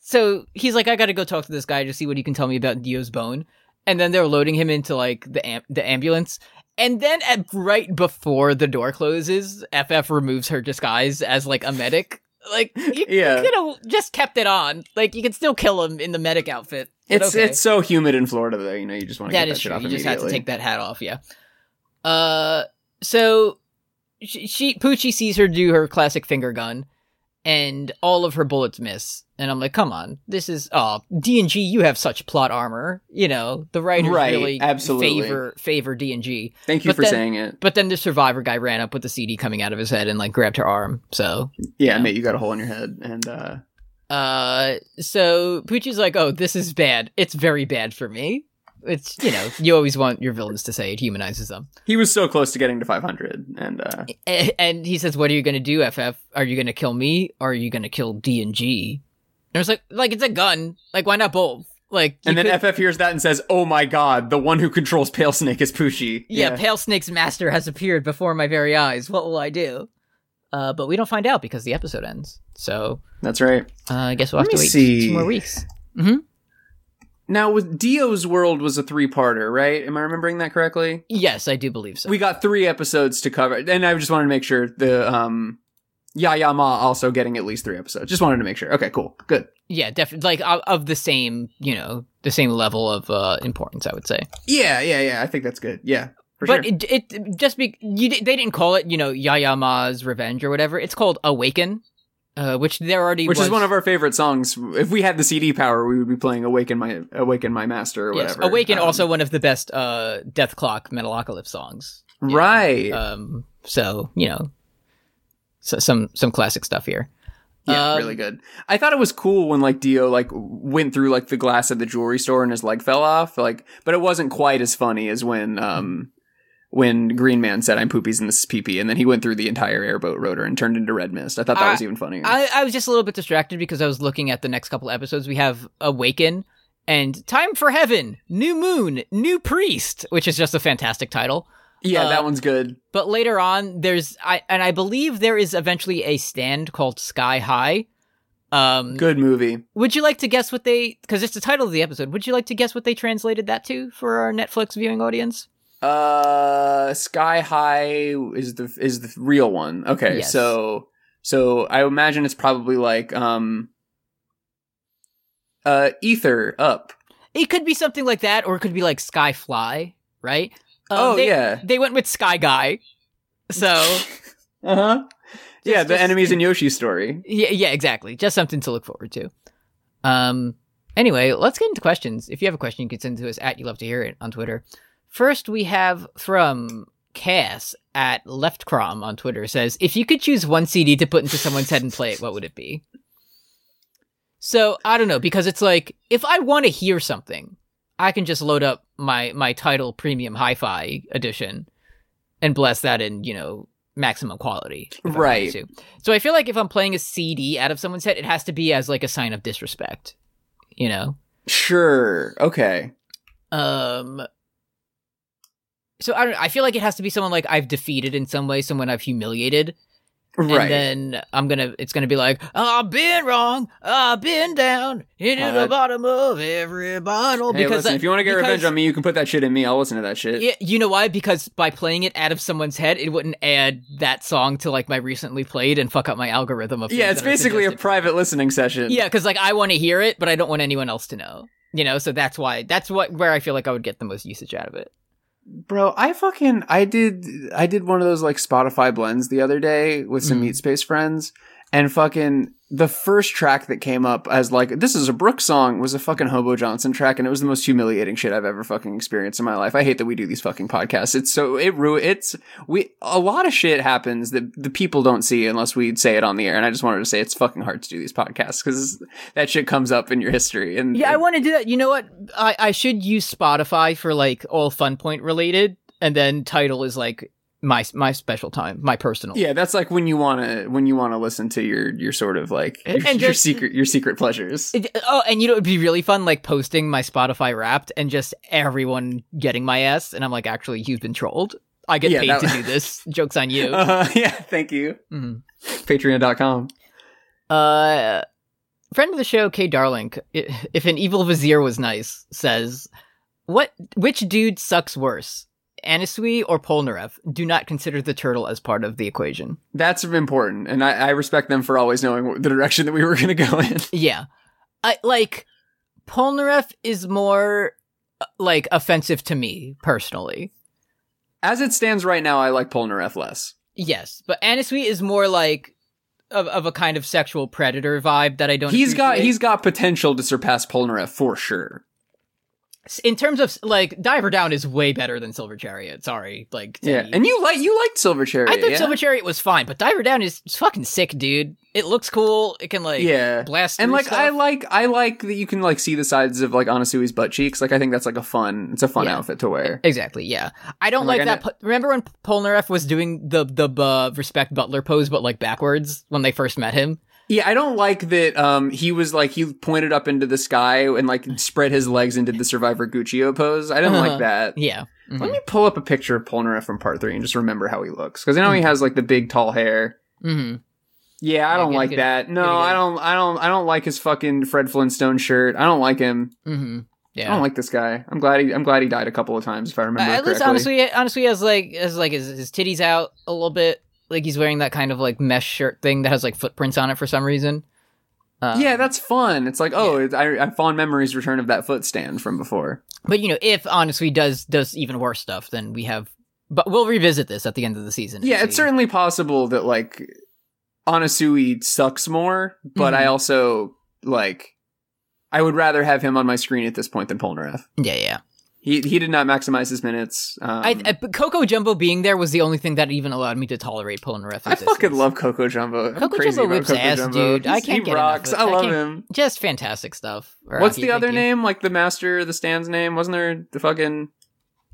S2: so he's like, I gotta go talk to this guy to see what he can tell me about Dio's bone, and then they're loading him into like the am- the ambulance. And then, at, right before the door closes, FF removes her disguise as like a medic. Like you,
S3: Yeah.
S2: you could have just kept it on. Like you could still kill him in the medic outfit. but
S3: It's
S2: okay.
S3: it's so humid in Florida though. You know, you just want to get
S2: That
S3: that
S2: is
S3: shit
S2: true.
S3: off
S2: You just have to
S3: immediately.
S2: take that hat off. Yeah. Uh, so she, she Poochie sees her do her classic finger gun, and all of her bullets miss. And I'm like, come on, this is oh D and G. You have such plot armor. You know the writers
S3: Right,
S2: really
S3: absolutely.
S2: favor favor D and G.
S3: Thank you
S2: But
S3: for
S2: then-
S3: saying it.
S2: But then the survivor guy ran up with the CD coming out of his head and like grabbed her arm. So
S3: Yeah,
S2: Yeah.
S3: mate, you got a hole in your head, and uh,
S2: Uh, so Poochie's like, "Oh, this is bad. It's very bad for me." It's you know, you always want your villains to say it humanizes them.
S3: he was so close to getting to 500, and uh,
S2: A- And he says, "What are you going to do, FF? Are you going to kill me or are you going to kill D and G?" And it's like, like it's a gun. Like why not both? Like you
S3: And then
S2: could-
S3: FF hears that and says, "Oh my god, the one who controls Pale Snake is Poochie."
S2: yeah, Pale Snake's master has appeared before my very eyes. What will I do? Uh, but we don't find out because the episode ends. So
S3: That's right.
S2: uh, I guess we'll have
S3: Let
S2: to
S3: me
S2: wait
S3: see.
S2: two more weeks.
S3: Now, with Dio's World was a three parter, right? Am I remembering that correctly?
S2: Yes, I do believe so.
S3: We got three episodes to cover, and I just wanted to make sure the um, Ya Ya Ma also getting at least three episodes. Just wanted to make sure. Okay, cool, good.
S2: yeah, definitely. Like of, of the same, you know, the same level of uh, importance, I would say.
S3: Yeah, yeah, yeah. I think that's good. Yeah, for
S2: but
S3: sure.
S2: it, it just be you, di- they didn't call it, you know, Yayama's Revenge or whatever. It's called Awaken, uh, which there already
S3: Which
S2: was,
S3: is one of our favorite songs. If we had the CD power, we would be playing "Awaken My Awaken My Master" or
S2: yes,
S3: whatever.
S2: Awaken
S3: Um,
S2: also one of the best uh, Death Clock Metalocalypse songs. you know.
S3: right.
S2: Um, so you know, so, some some classic stuff here.
S3: Yeah,
S2: Um,
S3: really good. I thought it was cool when like Dio like went through like the glass at the jewelry store and his leg fell off. Like, but it wasn't quite as funny as when um when Green Man said "I'm poopies and this is pee pee," and then he went through the entire airboat rotor and turned into red mist. I thought that was even funnier.
S2: I, I was just a little bit distracted because I was looking at the next couple episodes. We have Awaken and Time for Heaven, New Moon, New Priest, which is just a fantastic title.
S3: yeah,
S2: uh,
S3: that one's good.
S2: But later on, there's I and I believe there is eventually a stand called Sky High. Um,
S3: Good movie.
S2: would you like to guess what they? Because it's the title of the episode. Would you like to guess what they translated that to for our Netflix viewing audience?
S3: Uh, Sky High is the is the real one. Okay,
S2: Yes.
S3: so so I imagine it's probably like um uh ether up.
S2: It could be something like that, or it could be like Skyfly, right? Um,
S3: oh
S2: they-
S3: yeah.
S2: they went with Sky Guy.
S3: *laughs*
S2: So
S3: Uh huh. Yeah, the
S2: just-
S3: enemies in Yoshi's story.
S2: Yeah, yeah, exactly. Just something to look forward to. Um. Anyway, let's get into questions. If you have a question, you can send it to us at You Love to Hear It on Twitter. First, we have from Cass at Leftcrom on Twitter says, "If you could choose one CD to put into someone's head and play it, what would it be?" So I don't know because it's like if I want to hear something, I can just load up my my title premium hi-fi edition and bless that in you know maximum quality, if I wanted
S3: Right.
S2: to. So I feel like if I'm playing a CD out of someone's head, it has to be as like a sign of disrespect, you know.
S3: Sure. Okay.
S2: Um. So I don't. I feel like it has to be someone like I've defeated in some way, someone I've humiliated,
S3: Right.
S2: and then I'm gonna. It's gonna be like I've been wrong, I've been down, into
S3: Uh,
S2: the bottom of every bottle.
S3: hey,
S2: because
S3: listen,
S2: I-
S3: if you want to get
S2: because-
S3: revenge on me, you can put that shit in me. I'll listen to that shit.
S2: Yeah, you know why? Because by playing it out of someone's head, it wouldn't add that song to like my recently played and fuck up my algorithm of
S3: Yeah,
S2: things
S3: it's
S2: that are
S3: basically a
S2: suggested.
S3: private listening session.
S2: Yeah, because like I want to hear it, but I don't want anyone else to know. You know, so that's why that's what where I feel like I would get the most usage out of it.
S3: Bro, I fucking I did I did one of those like Spotify blends the other day with some
S2: Mhm.
S3: Meat Space friends and fucking the first track that came up as like this is a Brooks song was a fucking Hobo Johnson track and it was the most humiliating shit I've ever fucking experienced in my life. I hate that we do these fucking podcasts. It's so it ru it's we a lot of shit happens that the people don't see unless we say it on the air and I just wanted to say it's fucking hard to do these podcasts cuz that shit comes up in your history and
S2: Yeah, I want to do that. You know what? I I should use Spotify for like all fun point related, and then title is like my my special time, my personal.
S3: Yeah, that's like when you wanna when you wanna listen to your your sort of like your,
S2: And
S3: your
S2: just-
S3: secret your secret pleasures.
S2: It- oh, and you know it'd be really fun like posting my Spotify Wrapped and just everyone getting my ass, and I'm like, actually, you've been trolled. I get
S3: Yeah,
S2: paid
S3: that-
S2: to do
S3: *laughs*
S2: this. Jokes on you.
S3: Uh, yeah, thank you.
S2: Mhm.
S3: Patreon.com.
S2: Uh, friend of the show, Kay Darling, i- if an evil vizier was nice, says, "What? Which dude sucks worse, Anisui or Polnareff? Do not consider the turtle as part of the equation."
S3: That's important, and I, I respect them for always knowing the direction that we were gonna go in.
S2: Yeah, I like Polnareff is more uh, like offensive to me personally.
S3: As it stands right now, I like Polnareff less.
S2: Yes, but Anisui is more like of of a kind of sexual predator vibe that I don't.
S3: He's got
S2: appreciate.
S3: he's got potential to surpass Polnareff for sure.
S2: in terms of like Diver Down is way better than Silver Chariot. Sorry, like to
S3: Yeah,
S2: me.
S3: and you like you liked Silver Cherry.
S2: I thought
S3: yeah?
S2: Silver Chariot was fine, but Diver Down is it's fucking sick, dude. It looks cool. It can like
S3: Yeah.
S2: blast
S3: And
S2: through
S3: like I
S2: stuff.
S3: like I like that you can like see the sides of like Anasui's butt cheeks. Like I think that's like a fun it's a fun
S2: Yeah.
S3: outfit to wear.
S2: exactly yeah. I don't
S3: And, like,
S2: like,
S3: I
S2: that. po- Remember when Polnareff was doing the the uh, respect Butler pose, but like backwards when they first met him?
S3: Yeah, I don't like that um he was like he pointed up into the sky and like spread his legs and did the survivor Guccio pose. I didn't
S2: Uh-huh.
S3: like that.
S2: Yeah, Mhm.
S3: Mm-hmm. Let me pull up a picture of Polnareff from part three and just remember how he looks. Because I know he has like the big tall hair.
S2: Mm-hmm.
S3: Yeah, I
S2: Yeah,
S3: don't
S2: good-
S3: like
S2: good-
S3: that. No,
S2: good idea.
S3: I don't. I don't. I don't like his fucking Fred Flintstone shirt. I don't like him.
S2: Mm-hmm.
S3: I
S2: Yeah.
S3: don't like this guy. I'm glad. He, I'm glad he died a couple of times, if I remember.
S2: Uh, at
S3: correctly.
S2: least honestly, honestly, as like as like his, his titties out a little bit, like he's wearing that kind of like mesh shirt thing that has like footprints on it for some reason. Um,
S3: yeah, that's fun. It's like, oh, it, I, I have fond memories return of that foot stand from before.
S2: but you know, if honestly does does even worse stuff, then we have. But we'll revisit this at the end of the season. and
S3: Yeah, it's
S2: see.
S3: certainly possible that like Anasui sucks more, but I
S2: Mhm.
S3: also like I would rather have him on my screen at this point than Polnareff.
S2: Yeah, yeah.
S3: He he did not maximize his minutes. Um,
S2: I, I, but Coco Jumbo being there was the only thing that even allowed me to tolerate Polar Ref.
S3: I fucking love Coco Jumbo. I'm
S2: Coco
S3: crazy
S2: Jumbo
S3: about
S2: whips
S3: Coco
S2: ass,
S3: Jumbo.
S2: dude. I
S3: He's-
S2: can't
S3: he
S2: get enough
S3: rocks.
S2: of-
S3: I
S2: I
S3: love
S2: can't-
S3: him.
S2: just fantastic stuff.
S3: What's
S2: Araki,
S3: the
S2: thank
S3: other
S2: you.
S3: name? Like the master, the stand's name? Wasn't there the fucking?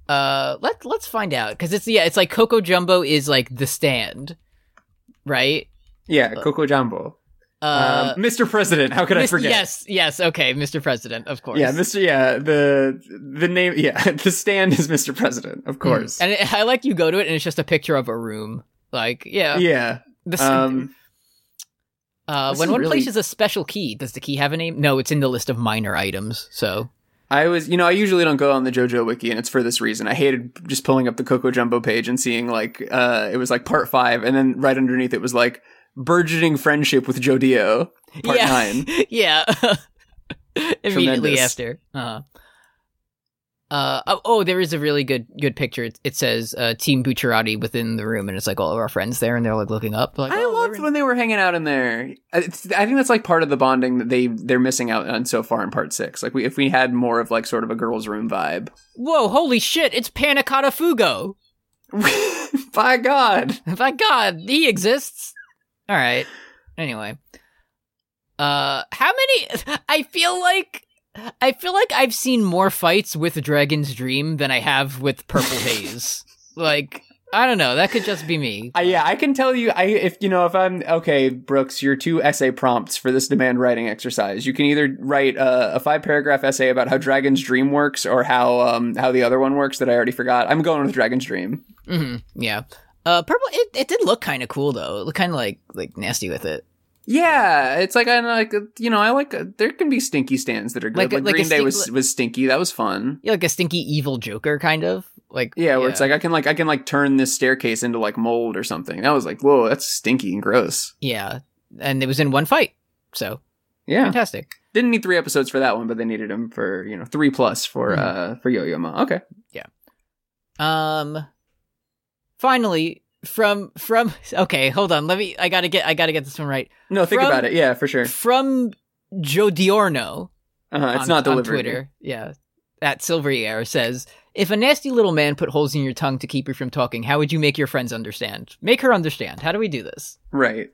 S2: Uh, let let's find out because it's yeah, it's like Coco Jumbo is like the stand, right?
S3: Yeah, Coco Jumbo.
S2: Uh,
S3: um, Mr. President. How could I
S2: Mis-
S3: forget?
S2: Yes, yes. Okay, Mr. President, of course.
S3: Yeah, Mr. Yeah, the the name. *laughs* Yeah, the stand is Mr. President,
S2: Mm,
S3: of course.
S2: And it, I like you go to it, and it's just a picture of a room. Like, yeah,
S3: yeah.
S2: *laughs* this.
S3: Um,
S2: uh,
S3: this
S2: when
S3: is
S2: one
S3: really-
S2: places a special key, does the key have a name? No, it's in the list of minor items. So
S3: I was, you know, I usually don't go on the JoJo wiki, and it's for this reason. I hated just pulling up the Coco Jumbo page and seeing like, uh, it was like part five, and then right underneath it was like burgeoning friendship with Jodio, part
S2: yeah,
S3: nine.
S2: *laughs* yeah. Immediately
S3: Tremendous.
S2: after. Uh-huh. Uh, oh, oh, there is a really good good picture. It, it says uh, Team Bucciarati within the room, and it's like all of our friends there, and they're like looking up. *laughs* Like,
S3: I
S2: oh, we're
S3: loved
S2: in-
S3: when they were hanging out in there. I it's- I think that's like part of the bonding that they they're missing out on so far in part six. Like, we if we had more of like sort of a girls' room vibe. *laughs*
S2: Whoa, holy shit! It's Panacotta Fugo.
S3: By God,
S2: *laughs* By God, he exists. All right. Anyway, uh, how many? *laughs* I feel like I feel like I've seen more fights with Dragon's Dream than I have with Purple
S3: *laughs*
S2: Haze. like I don't know. That could just be me.
S3: I, Uh, yeah, I can tell you. I if you know if I'm okay, Brooks, your two essay prompts for this demand writing exercise. You can either write a, a five paragraph essay about how Dragon's Dream works, or how um how the other one works that I already forgot. I'm going with Dragon's Dream.
S2: hmm yeah. Uh, purple. It, it did look kind of cool though. It looked kind of like like nasty with it.
S3: Yeah, it's like I like you know I like uh, there can be stinky stands that are good.
S2: Like
S3: Like,
S2: a- like a
S3: Green Day
S2: stink-
S3: was was stinky. That was fun.
S2: Yeah, like a stinky evil Joker kind of like
S3: Yeah, where it's like I can like I can like turn this staircase into like mold or something. That was like whoa, that's stinky and gross.
S2: yeah, and it was in one fight. So
S3: Yeah,
S2: fantastic.
S3: didn't need three episodes for that one, but they needed him for you know three plus for
S2: Hmm.
S3: uh for Yo Yo Ma. Okay,
S2: Um finally from from *laughs* okay, hold on. Let me I got to get I got to get this one right.
S3: no, think
S2: From-
S3: about it. Yeah, for sure.
S2: From Joe Diorno
S3: Uh-huh, it's
S2: on,
S3: not
S2: on
S3: delivered.
S2: Twitter. Yeah. At Silvery Air says, "If a nasty little man put holes in your tongue to keep you from talking, how would you make your friends understand? Make her understand. How do we do this?"
S3: right?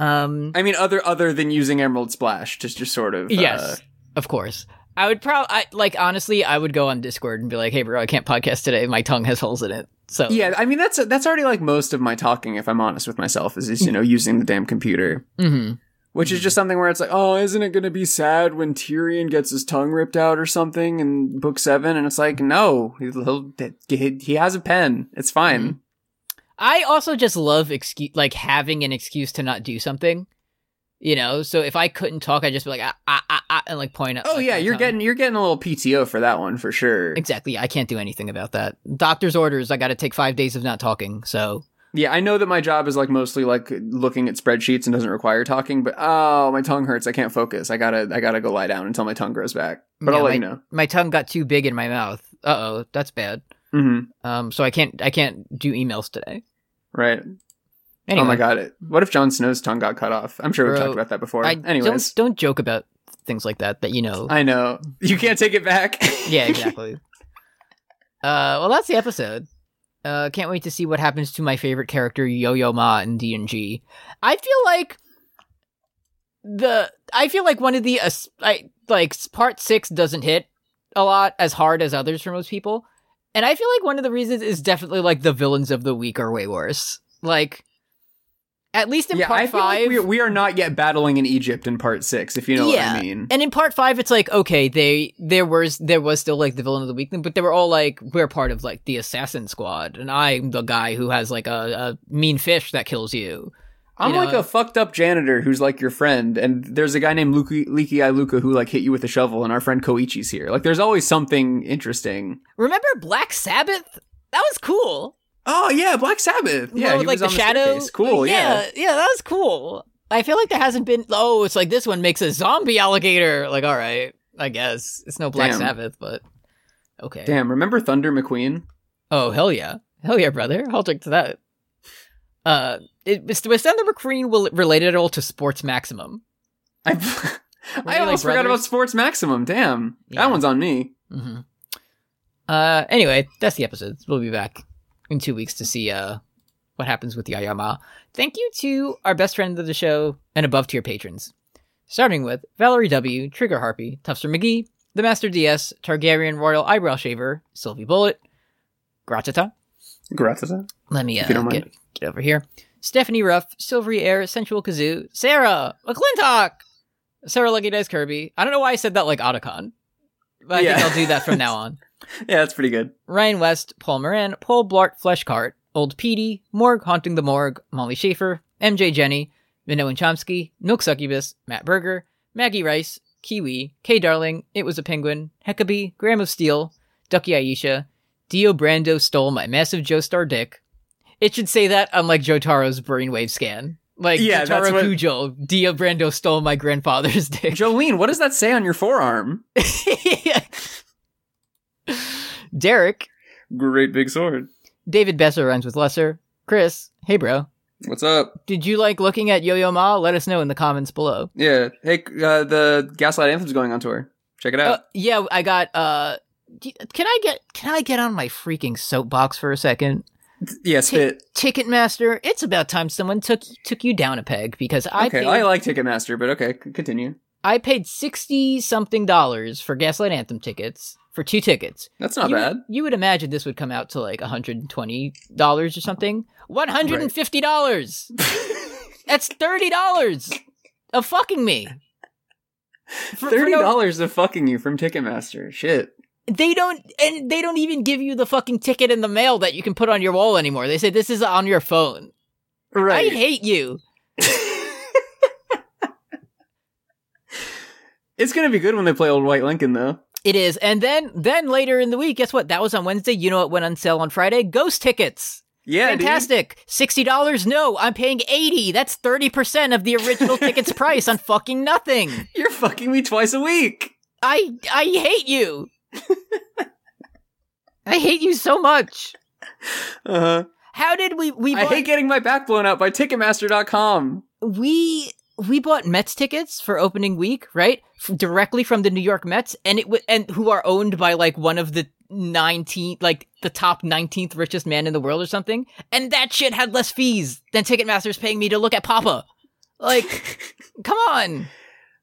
S2: Um
S3: I mean, other other than using Emerald Splash, just just sort of uh,
S2: Yes, of course. I would probably like honestly, I would go on Discord and be like, "Hey bro, I can't podcast today. My tongue has holes in it." So
S3: Yeah, I mean that's that's already like most of my talking. If I'm honest with myself, is just, you know using the damn computer.
S2: hmm
S3: Which is just something where it's like, oh, isn't it going to be sad when Tyrion gets his tongue ripped out or something in book seven? And it's like, no, he'll, he he has a pen. It's
S2: Hmm.
S3: fine.
S2: I also just love excuse like having an excuse to not do something. You know, so if I couldn't talk, I'd just be like, ah, ah, ah, ah and like point out.
S3: Oh
S2: like,
S3: yeah,
S2: my
S3: you're
S2: tongue.
S3: getting you're getting a little PTO for that one for sure.
S2: exactly. I can't do anything about that. Doctor's orders. I got to take five days of not talking. So
S3: Yeah, I know that my job is like mostly like looking at spreadsheets and doesn't require talking, but oh, my tongue hurts. I can't focus. I gotta I gotta go lie down until my tongue grows back. But
S2: Yeah,
S3: I'll let
S2: my-
S3: you know.
S2: my tongue got too big in my mouth. Uh oh, that's bad.
S3: hmm
S2: Um, so I can't I can't do emails today.
S3: Right.
S2: Anyway,
S3: Oh my god. What if Jon Snow's tongue got cut off? I'm sure we've
S2: Bro,
S3: talked about that before.
S2: I
S3: Anyways.
S2: don't don't joke about things like that. That you know.
S3: I know. You can't take it back. *laughs*
S2: yeah, exactly. uh, well, that's the episode. Uh, can't wait to see what happens to my favorite character, Yo-Yo Ma in D&G. I feel like the I feel like one of the uh, I, like part 6 doesn't hit a lot as hard as others for most people. And I feel like one of the reasons is definitely like the villains of the week are way worse. Like at least in
S3: yeah,
S2: part
S3: I feel
S2: 5
S3: like we, we are not yet battling in Egypt in part six, if you know what
S2: Yeah.
S3: I mean.
S2: and in part five, it's like okay, they there was there was still like the villain of the week thing, but they were all like we're part of like the assassin squad, and I'm the guy who has like a, a mean fish that kills you,
S3: I'm
S2: You know,
S3: like a fucked up janitor who's like your friend, and there's a guy named Luki, Leaky Eye Luca who like hit you with a shovel, and our friend Koichi's here. Like, there's always something interesting.
S2: Remember Black Sabbath? That was cool.
S3: Oh yeah, Black Sabbath. Yeah,
S2: Well,
S3: he
S2: like
S3: was
S2: the
S3: on the
S2: shadow.
S3: staircase. Cool. Yeah.
S2: yeah, that was cool. I feel like there hasn't been. Oh, it's like this one makes a zombie alligator. Like, all right, I guess it's no Black
S3: Damn.
S2: Sabbath, but okay.
S3: Damn. Remember Thunder McQueen?
S2: Oh hell yeah, hell yeah, brother! I'll drink to that. Uh, it, was was Thunder McCreen will related at all to Sports Maximum?
S3: I *laughs*
S2: Were they,
S3: I
S2: like,
S3: almost forgot about
S2: brothers?
S3: Sports Maximum. Damn,
S2: Yeah.
S3: that one's on me.
S2: Mm-hmm. Uh, anyway, that's the episode. We'll be back in two weeks to see uh what happens with Yayama. Thank you to our best friend of the show and above tier patrons, starting with Valerie W, Trigger Harpy, Tufster McGee, The Master DS, Targaryen Royal Eyebrow Shaver, Sylvie Bullet, Gratata.
S3: Gratita.
S2: Let me uh,
S3: If you don't mind.
S2: get, get over here. Stephanie Ruff, Silvery Air, Sensual Kazoo, Sarah McClintock, Sarah Lucky Dice Kirby. I don't know why I said that like Otacon, but I
S3: Yeah.
S2: think I'll do that
S3: *laughs*
S2: from now on.
S3: Yeah, that's pretty *laughs* good.
S2: Ryan West, Paul Moran, Paul Blart Fleshcart, Old Petey, Morgue Haunting the Morgue, Molly Schaefer, MJ Jenny, Minoan Chomsky, Milk Succubus, Matt Berger, Maggie Rice, Kiwi, K Darling, It Was a Penguin, Heckabee, Graham of Steel, Ducky Aisha, Dio Brando stole my massive Joe Star dick. It should say that unlike Joe Taro's brainwave scan. Like
S3: Yeah,
S2: Jotaro
S3: that's what-
S2: Cujo, Dio Brando stole my grandfather's dick.
S3: Jolene, what does that say on your forearm?
S2: *laughs* Derek,
S3: Great big sword.
S2: David Besser rhymes with lesser. Chris, hey bro,
S3: What's up?
S2: did you like looking at Yo Yo Ma? Let us know in the comments below.
S3: Yeah. Hey, uh, the Gaslight Anthem's going on tour. Check it
S2: Uh,
S3: out.
S2: yeah, I got. uh d- Can I get? Can I get on my freaking soapbox for a second?
S3: yeah, spit.
S2: Ticketmaster, it's about time someone took took you down a peg because I
S3: okay,
S2: paid,
S3: I like Ticketmaster, but okay, c- continue.
S2: I paid sixty something dollars for Gaslight Anthem tickets for two tickets.
S3: That's not
S2: you, *laughs*
S3: bad.
S2: You would imagine this would come out to like one hundred and twenty dollars or something. One hundred and fifty dollars. That's thirty dollars of fucking me. For- for
S3: *laughs* Thirty
S2: no-
S3: dollars of fucking you from Ticketmaster. Shit.
S2: they don't, and they don't even give you the fucking ticket in the mail that you can put on your wall anymore. They say this is on your phone.
S3: Right.
S2: I hate you.
S3: it's gonna be good when they play Old White Lincoln, though.
S2: It is, and then then later in the week, guess what? That was on Wednesday. You know what went on sale on Friday? Ghost tickets.
S3: Yeah, dude.
S2: Fantastic. Sixty dollars? No, I'm paying eighty. That's thirty percent of the original
S3: *laughs*
S2: ticket's price on fucking nothing.
S3: You're fucking me twice a week.
S2: I I hate
S3: *laughs*
S2: you. I hate you so much.
S3: Uh huh.
S2: How did we we
S3: I
S2: bought,
S3: hate getting my back blown out by Ticketmaster.com.
S2: we we bought Mets tickets for opening week, right? F- directly from the New York Mets, and it w- and who are owned by like one of the nineteenth, like the top nineteenth richest man in the world or something. And that shit had less fees than Ticketmaster's paying me to look at Papa. Like, come on.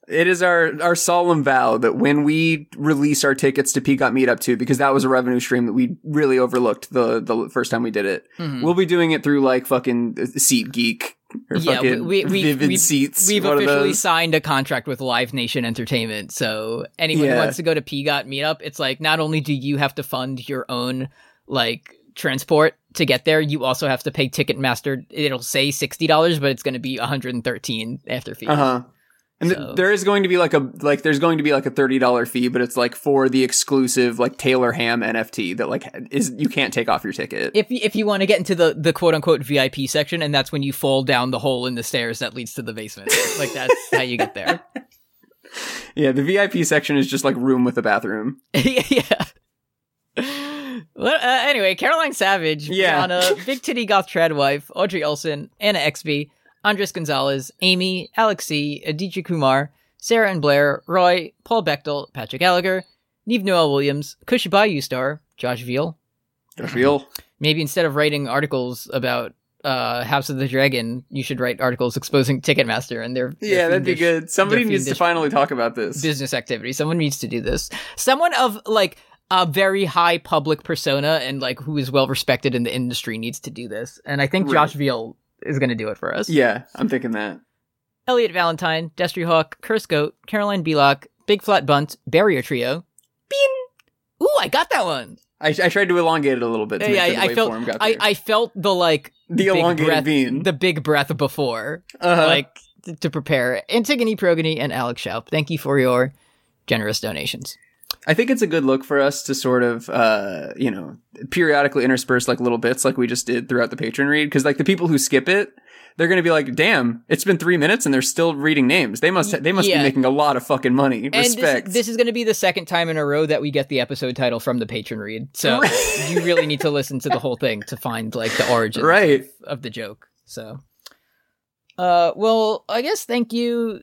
S3: It is our, our solemn vow that when we release our tickets to Peacock Meetup 2, because that was a revenue stream that we really overlooked the, the first time we did it,
S2: Mhm.
S3: we'll be doing it through like fucking uh, Seat Geek or
S2: Yeah,
S3: fucking
S2: we- we-
S3: Vivid
S2: we-
S3: Seats.
S2: We've
S3: one of
S2: officially
S3: those.
S2: signed a contract with Live Nation Entertainment, so anyone who
S3: Yeah.
S2: wants to go to PGOT meetup, it's like not only do you have to fund your own like transport to get there, you also have to pay Ticketmaster. It'll say sixty dollars, but it's going to be one hundred and thirteen after fees.
S3: Uh huh. And th-
S2: So-
S3: there is going to be like a like there's going to be like a thirty dollar fee, but it's like for the exclusive like Taylor Ham NFT that like is you can't take off your ticket.
S2: If you, if you want to get into the, the quote unquote VIP section, and that's when you fall down the hole in the stairs that leads to the basement. like that's how you get there.
S3: yeah, the VIP section is just like room with a bathroom. *laughs*
S2: *laughs* yeah. Well, uh, anyway, Caroline Savage,
S3: Yeah. *laughs*
S2: Rihanna, Big Titty Goth Tradwife, Audrey Olson, Anna Exby, Andres Gonzalez, Amy, Alexi, Aditya Kumar, Sarah and Blair, Roy, Paul Bechtel, Patrick Gallagher, Neve Noel Williams, Kush Bayou Star, Josh Veal.
S3: Josh Veal.
S2: Maybe instead of writing articles about uh, House of the Dragon, you should write articles exposing Ticketmaster and their their
S3: Yeah, that'd be
S2: fiendish-
S3: good. Somebody
S2: their
S3: needs to
S2: fiendish-
S3: finally talk about this.
S2: business activity. Someone needs to do this. Someone of like a very high public persona and like who is well respected in the industry needs to do this. And I think
S3: Right.
S2: Josh Veal is going to do it for us.
S3: Yeah, I'm thinking that.
S2: Elliot Valentine, Destry Hawk, Curse Goat, Caroline Belock, Big Flat Bunt, Barrier Trio. Bean. Ooh, I got that one.
S3: I, I tried to elongate it a little bit. To
S2: Yeah,
S3: make
S2: I,
S3: sure the
S2: I felt
S3: waveform got
S2: I,
S3: there.
S2: I felt the like
S3: the
S2: big
S3: elongated
S2: breath,
S3: bean.
S2: the big breath before,
S3: Uh-huh.
S2: like t- to prepare. Antigone Progony and Alex Schaup, thank you for your generous donations.
S3: I think it's a good look for us to sort of, uh, you know, periodically intersperse like little bits like we just did throughout the patron read. Cause like the people who skip it, they're going to be like, damn, it's been three minutes and they're still reading names. They must, they must
S2: Yeah.
S3: be making a lot of fucking money. Respect.
S2: And this, this is going to be the second time in a row that we get the episode title from the patron read.
S3: *laughs*
S2: So you really need to listen to the whole thing to find like the origin
S3: right.
S2: of the joke. So, uh, well, I guess thank you.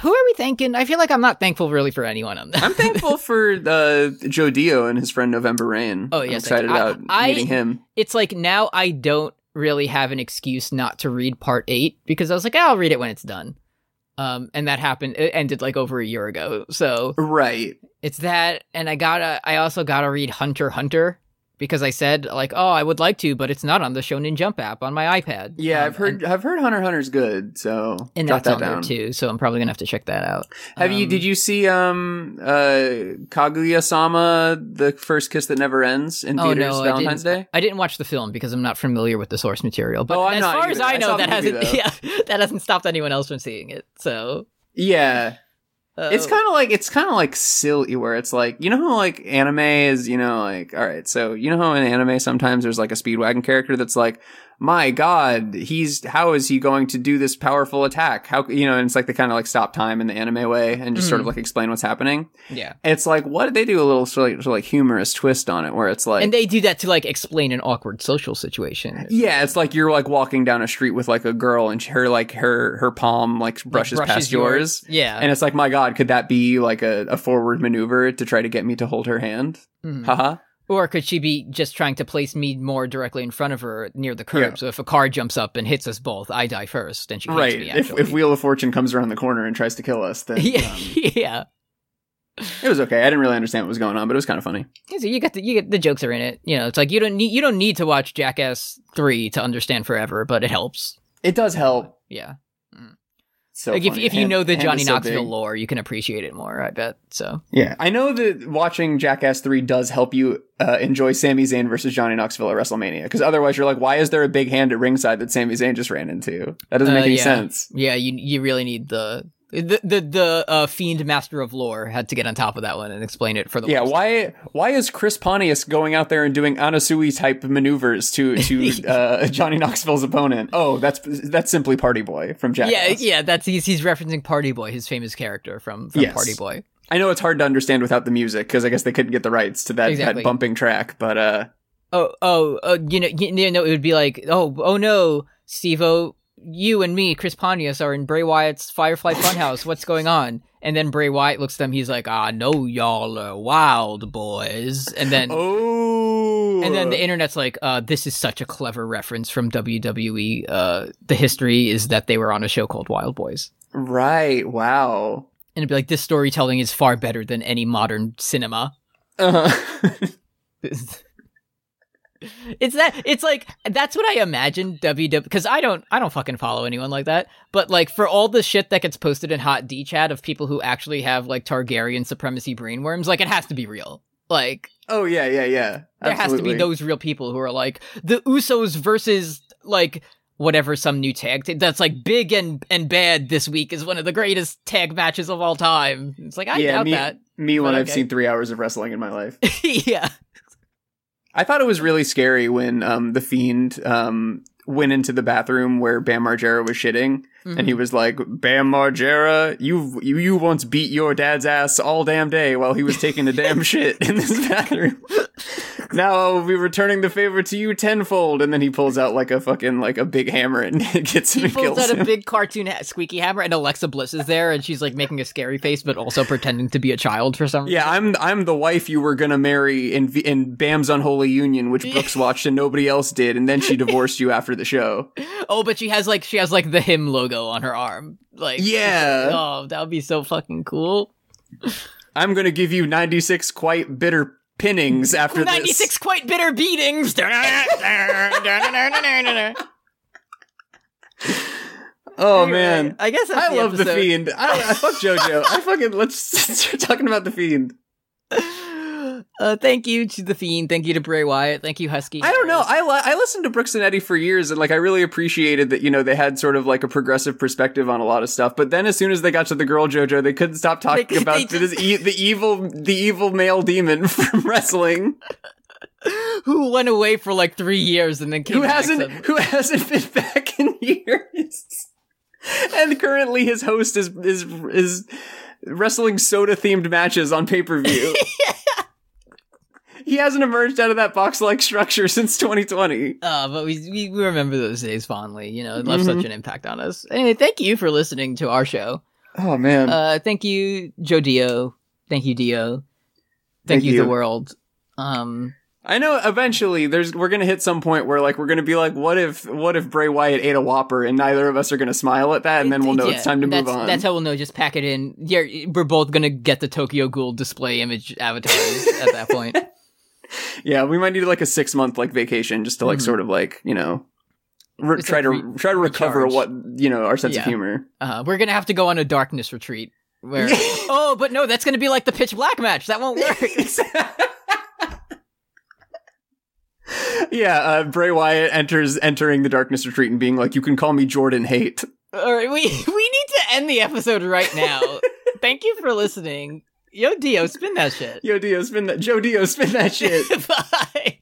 S2: Who are we thanking? I feel like I'm not thankful really for anyone on that.
S3: I'm
S2: *laughs*
S3: thankful for, uh, Joe Dio and his friend November Rain.
S2: Oh,
S3: I'm
S2: yes,
S3: excited
S2: I-
S3: about
S2: I-
S3: meeting him.
S2: it's like now I don't really have an excuse not to read part eight because I was like, "Ah, I'll read it when it's done. Um, and that happened. It ended like over a year ago. So
S3: Right.
S2: it's that, and I gotta. I also gotta read Hunter x Hunter because I said like, oh, I would like to, but it's not on the Shonen Jump app on my iPad.
S3: Yeah.
S2: Um,
S3: I've heard,
S2: and,
S3: I've heard Hunter x Hunter's good. So
S2: and
S3: jot
S2: that's
S3: that
S2: on
S3: down.
S2: there too. So I'm probably gonna have to check that out.
S3: Have you?
S2: Um,
S3: Did you see um uh Kaguya Sama, the first kiss that never ends in
S2: Oh, no,
S3: theaters
S2: I
S3: Valentine's Day?
S2: I didn't watch the film because I'm not familiar with the source material. But
S3: Oh, I'm
S2: as
S3: not
S2: far as
S3: either.
S2: I
S3: I
S2: know,
S3: saw the
S2: that
S3: movie,
S2: hasn't yeah, *laughs* that hasn't stopped anyone else from seeing it. So
S3: Yeah,
S2: uh,
S3: it's kind of like it's kind of like silly where it's like you know how like anime is you know like all right so you know how in anime sometimes there's like a speedwagon character that's like my god he's how is he going to do this powerful attack how you know and it's like they kind of like stop time in the anime way and just sort of
S2: Mhm.
S3: like explain what's happening
S2: yeah,
S3: and it's like what did they do a little sort of like, sort of like humorous twist on it where it's like
S2: and they do that to like explain an awkward social situation.
S3: Yeah, it's like you're like walking down a street with like a girl, and her like her her palm like brushes, past yours,
S2: Yeah,
S3: and it's like, my God, could that be like a, a forward maneuver to try to get me to hold her hand?
S2: Mhm.
S3: Haha.
S2: or could she be just trying to place me more directly in front of her near the curb?
S3: Yeah.
S2: So if a car jumps up and hits us both, I die first, and she hates
S3: Right.
S2: me.
S3: If,
S2: Actually,
S3: if
S2: *laughs*
S3: Wheel of Fortune comes around the corner and tries to kill us, then
S2: yeah,
S3: um,
S2: *laughs* yeah.
S3: it was okay. I didn't really understand what was going on, but it was kind of funny.
S2: Yeah, So you get the you get the jokes are in it. You know, it's like you don't need you don't need to watch Jackass three to understand forever, but it helps.
S3: It does help.
S2: Yeah.
S3: So
S2: like if,
S3: funny.
S2: if you
S3: Hand-
S2: know the
S3: hand
S2: Johnny
S3: is so
S2: Knoxville
S3: big.
S2: lore, you can appreciate it more. I bet. So
S3: Yeah, I know that watching Jackass Three does help you uh, enjoy Sami Zayn versus Johnny Knoxville at WrestleMania because otherwise you're like, why is there a big hand at ringside that Sami Zayn just ran into? That doesn't make
S2: Uh,
S3: any
S2: yeah.
S3: sense.
S2: yeah, you you really need the the the, the uh, fiend master of lore had to get on top of that one and explain it for the
S3: Yeah,
S2: worst.
S3: why why is Chris Pontius going out there and doing Anasui type maneuvers
S2: *laughs*
S3: to to uh, Johnny Knoxville's opponent? Oh, that's that's simply Party Boy from Jackass.
S2: Yeah, yeah, that's he's he's referencing Party Boy, his famous character from, from
S3: Yes.
S2: Party Boy.
S3: I know it's hard to understand without the music because I guess they couldn't get the rights to that,
S2: Exactly.
S3: that bumping track, but uh,
S2: Oh, oh, uh, you know, you, you know, it would be like, oh, oh no, Stevo, you and me, Chris Pontius, are in Bray Wyatt's Firefly Funhouse. What's going on? And then Bray Wyatt looks at them. He's like, I know y'all are wild boys. And then
S3: oh,
S2: And then the internet's like, uh, this is such a clever reference from WWE. Uh, the history is that they were on a show called Wild Boys.
S3: right, wow.
S2: And it'd be like, this storytelling is far better than any modern cinema.
S3: Uh-huh. *laughs*
S2: it's that, *laughs* it's like, that's what I imagine WWE, because I don't, I don't fucking follow anyone like that. But like, for all the shit that gets posted in Hot D Chat of people who actually have like Targaryen supremacy brainworms, like, it has to be real. Like,
S3: Oh yeah, yeah, yeah.
S2: there has to
S3: Absolutely.
S2: be those real people who are like the Usos versus like whatever some new tag team that's like big and and bad this week is one of the greatest tag matches of all time. It's like I
S3: Yeah,
S2: doubt
S3: me-
S2: that. *laughs*
S3: me when
S2: but
S3: I've
S2: okay.
S3: seen three hours of wrestling in my life.
S2: yeah,
S3: I thought it was really scary when um, the fiend um, went into the bathroom where Bam Margera was shitting, and
S2: Mm-hmm.
S3: he was like, "Bam Margera, you you you once beat your dad's ass all damn day while he was taking
S2: *laughs*
S3: a damn shit in this bathroom. now I'll be returning the favor to you tenfold." And then he pulls out like a fucking like a big hammer and *laughs* gets him
S2: he
S3: and
S2: pulls
S3: kills
S2: out
S3: him.
S2: a big cartoon ha- squeaky hammer, and Alexa Bliss is there, and she's like making a scary face, but also pretending to be a child for some reason.
S3: Yeah, I'm I'm the wife you were gonna marry in V- in Bam's unholy union, which Brooks watched and nobody else did, and
S2: *laughs*
S3: then she divorced you after the show.
S2: Oh, but she has like she has like the him logo on her arm. Like
S3: Yeah,
S2: Oh, that would be so fucking cool.
S3: I'm gonna give you 96 quite bitter
S2: *laughs*
S3: pinnings after
S2: Ninety six quite bitter beatings. *laughs*
S3: this. Oh
S2: Anyway,
S3: man,
S2: I guess that's
S3: I love the
S2: episode. *laughs*
S3: *laughs* fiend. I, I fuck JoJo. I fucking let's start talking about the fiend.
S2: Uh, thank you to the Fiend. Thank you to Bray Wyatt. Thank you, Husky.
S3: I don't know.
S2: Harris.
S3: I li- I listened to Brooks and Eddie for years, and like I really appreciated that you know they had sort of like a progressive perspective on a lot of stuff. But then as soon as they got to the girl JoJo, they couldn't stop talking
S2: They-
S3: about
S2: they
S3: this e- the evil the evil male demon *laughs* from wrestling
S2: who went away for like three years and then came
S3: who
S2: back
S3: hasn't
S2: suddenly.
S3: who hasn't been *laughs* back in years. And currently, his host is is is wrestling soda themed matches on pay per
S2: *laughs*
S3: view. He hasn't emerged out of that box like structure since 2020.
S2: Uh, but we, we we remember those days fondly. You know, it left
S3: Mhm.
S2: such an impact on us. Anyway, thank you for listening to our show.
S3: Oh man.
S2: Uh, thank you, Joe Dio. Thank you, Dio. Thank,
S3: Thank
S2: you,
S3: you.
S2: the world. Um,
S3: I know eventually there's we're gonna hit some point where like we're gonna be like, what if what if Bray Wyatt ate a Whopper and neither of us are gonna smile at that and then we'll know
S2: yeah,
S3: it's time to move
S2: that's-
S3: on.
S2: That's how we'll know. Just pack it in. Yeah, we're both gonna get the Tokyo Ghoul display image avatars at that
S3: *laughs*
S2: point.
S3: yeah, we might need like a six month like vacation just to like
S2: Mhm.
S3: sort of like you know re-
S2: It's
S3: try
S2: like
S3: to
S2: re-
S3: try to recover
S2: recharge.
S3: what you know our sense
S2: Yeah.
S3: of humor.
S2: Uh, we're gonna have to go on a darkness retreat. Where? oh, but no, that's gonna be like the pitch black match. That won't work.
S3: *laughs* *laughs* yeah, uh, Bray Wyatt enters entering the darkness retreat and being like, "You can call me Jordan *laughs* Hate."
S2: All right, we we need to end the episode right
S3: *laughs*
S2: now. Thank you for listening. Yo, Dio, spin that shit. *laughs*
S3: Yo, Dio, spin that. Joe Dio, spin that shit.
S2: Bye.